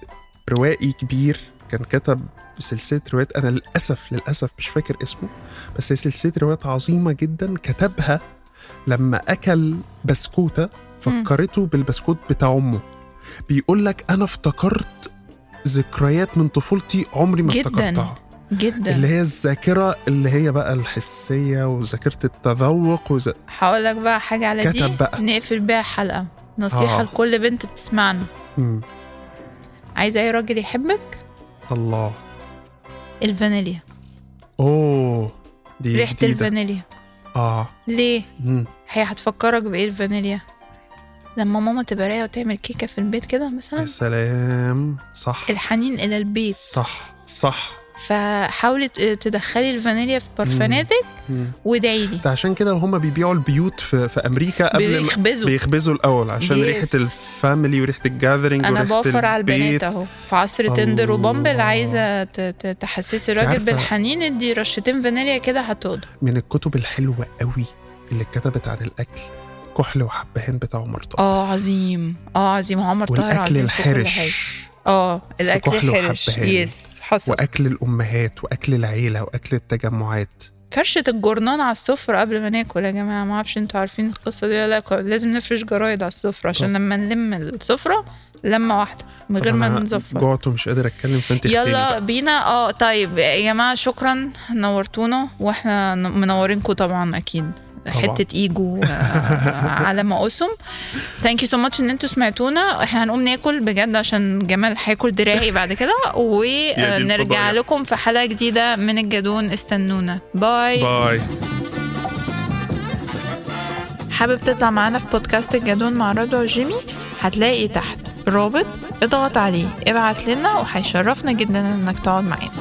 [SPEAKER 1] روائي كبير كان كتب سلسله روايات انا للاسف للاسف مش فاكر اسمه بس هي سلسله روايات عظيمه جدا كتبها لما اكل بسكوته فكرته بالبسكوت بتاع امه بيقول لك انا افتكرت ذكريات من طفولتي عمري ما
[SPEAKER 2] جداً.
[SPEAKER 1] افتكرتها
[SPEAKER 2] جدا
[SPEAKER 1] اللي هي الذاكره اللي هي بقى الحسيه وذاكره التذوق وز...
[SPEAKER 2] هقول لك بقى حاجة على دي
[SPEAKER 1] كتب بقى.
[SPEAKER 2] نقفل بيها حلقة نصيحة
[SPEAKER 1] آه.
[SPEAKER 2] آه. لكل بنت بتسمعنا
[SPEAKER 1] مم.
[SPEAKER 2] عايز أي راجل يحبك
[SPEAKER 1] الله
[SPEAKER 2] الفانيليا
[SPEAKER 1] اوه دي
[SPEAKER 2] ريحة
[SPEAKER 1] جديدة.
[SPEAKER 2] الفانيليا
[SPEAKER 1] اه
[SPEAKER 2] ليه؟
[SPEAKER 1] مم.
[SPEAKER 2] هي هتفكرك بإيه الفانيليا؟ لما ماما تبقى رايقة وتعمل كيكة في البيت كده مثلا
[SPEAKER 1] يا سلام صح
[SPEAKER 2] الحنين إلى البيت
[SPEAKER 1] صح صح
[SPEAKER 2] فحاولي ت- تدخلي الفانيليا في برفاناتك
[SPEAKER 1] مم.
[SPEAKER 2] وادعي لي
[SPEAKER 1] ده عشان كده هما بيبيعوا البيوت في, في امريكا قبل ما
[SPEAKER 2] بيخبزوا
[SPEAKER 1] بيخبزوا الاول عشان
[SPEAKER 2] Yes.
[SPEAKER 1] ريحه الفاميلي وريحه الجاذرنج
[SPEAKER 2] انا
[SPEAKER 1] وريحه
[SPEAKER 2] بوفر على البنات
[SPEAKER 1] البيت
[SPEAKER 2] اهو في عصر تندر وبامبل
[SPEAKER 1] الله.
[SPEAKER 2] عايزه ت- ت- تحسسي الراجل
[SPEAKER 1] عارفة-
[SPEAKER 2] بالحنين ادي رشتين فانيليا كده هتقضي
[SPEAKER 1] من الكتب الحلوه قوي اللي اتكتبت عن الاكل كحل وحبهان بتاع عمر طاهر
[SPEAKER 2] اه عظيم اه عظيم عمر طاهر
[SPEAKER 1] والاكل
[SPEAKER 2] عظيم في كل حاجة.
[SPEAKER 1] الحرش
[SPEAKER 2] اه الاكل
[SPEAKER 1] كحل
[SPEAKER 2] الحرش
[SPEAKER 1] وحبهان.
[SPEAKER 2] يس حصل
[SPEAKER 1] واكل الامهات واكل العيله واكل التجمعات
[SPEAKER 2] فرشه الجرنان على السفره قبل ما ناكل يا جماعه ما اعرفش انتوا عارفين القصه دي ولا لا لازم نفرش جرايد على السفره عشان لما نلم السفره لمه واحده من
[SPEAKER 1] طب
[SPEAKER 2] غير ما
[SPEAKER 1] أنا
[SPEAKER 2] نزفر
[SPEAKER 1] جوعت ومش قادر اتكلم فانت اختيلي
[SPEAKER 2] يلا
[SPEAKER 1] بقى.
[SPEAKER 2] بينا اه طيب يا جماعه شكرا نورتونا واحنا ن- منورينكم طبعا اكيد
[SPEAKER 1] طبعاً.
[SPEAKER 2] حته ايجو آه، على ما اسم ثانك يو سو ماتش ان انتوا سمعتونا احنا هنقوم ناكل بجد عشان جمال هياكل دراعي بعد كده ونرجع
[SPEAKER 1] الفضايح.
[SPEAKER 2] لكم في حلقه جديده من الجدون استنونا باي
[SPEAKER 1] باي
[SPEAKER 2] حابب تطلع معانا في بودكاست الجدون مع رضوى وجيمي هتلاقي تحت رابط اضغط عليه ابعت لنا وهيشرفنا جدا انك تقعد معانا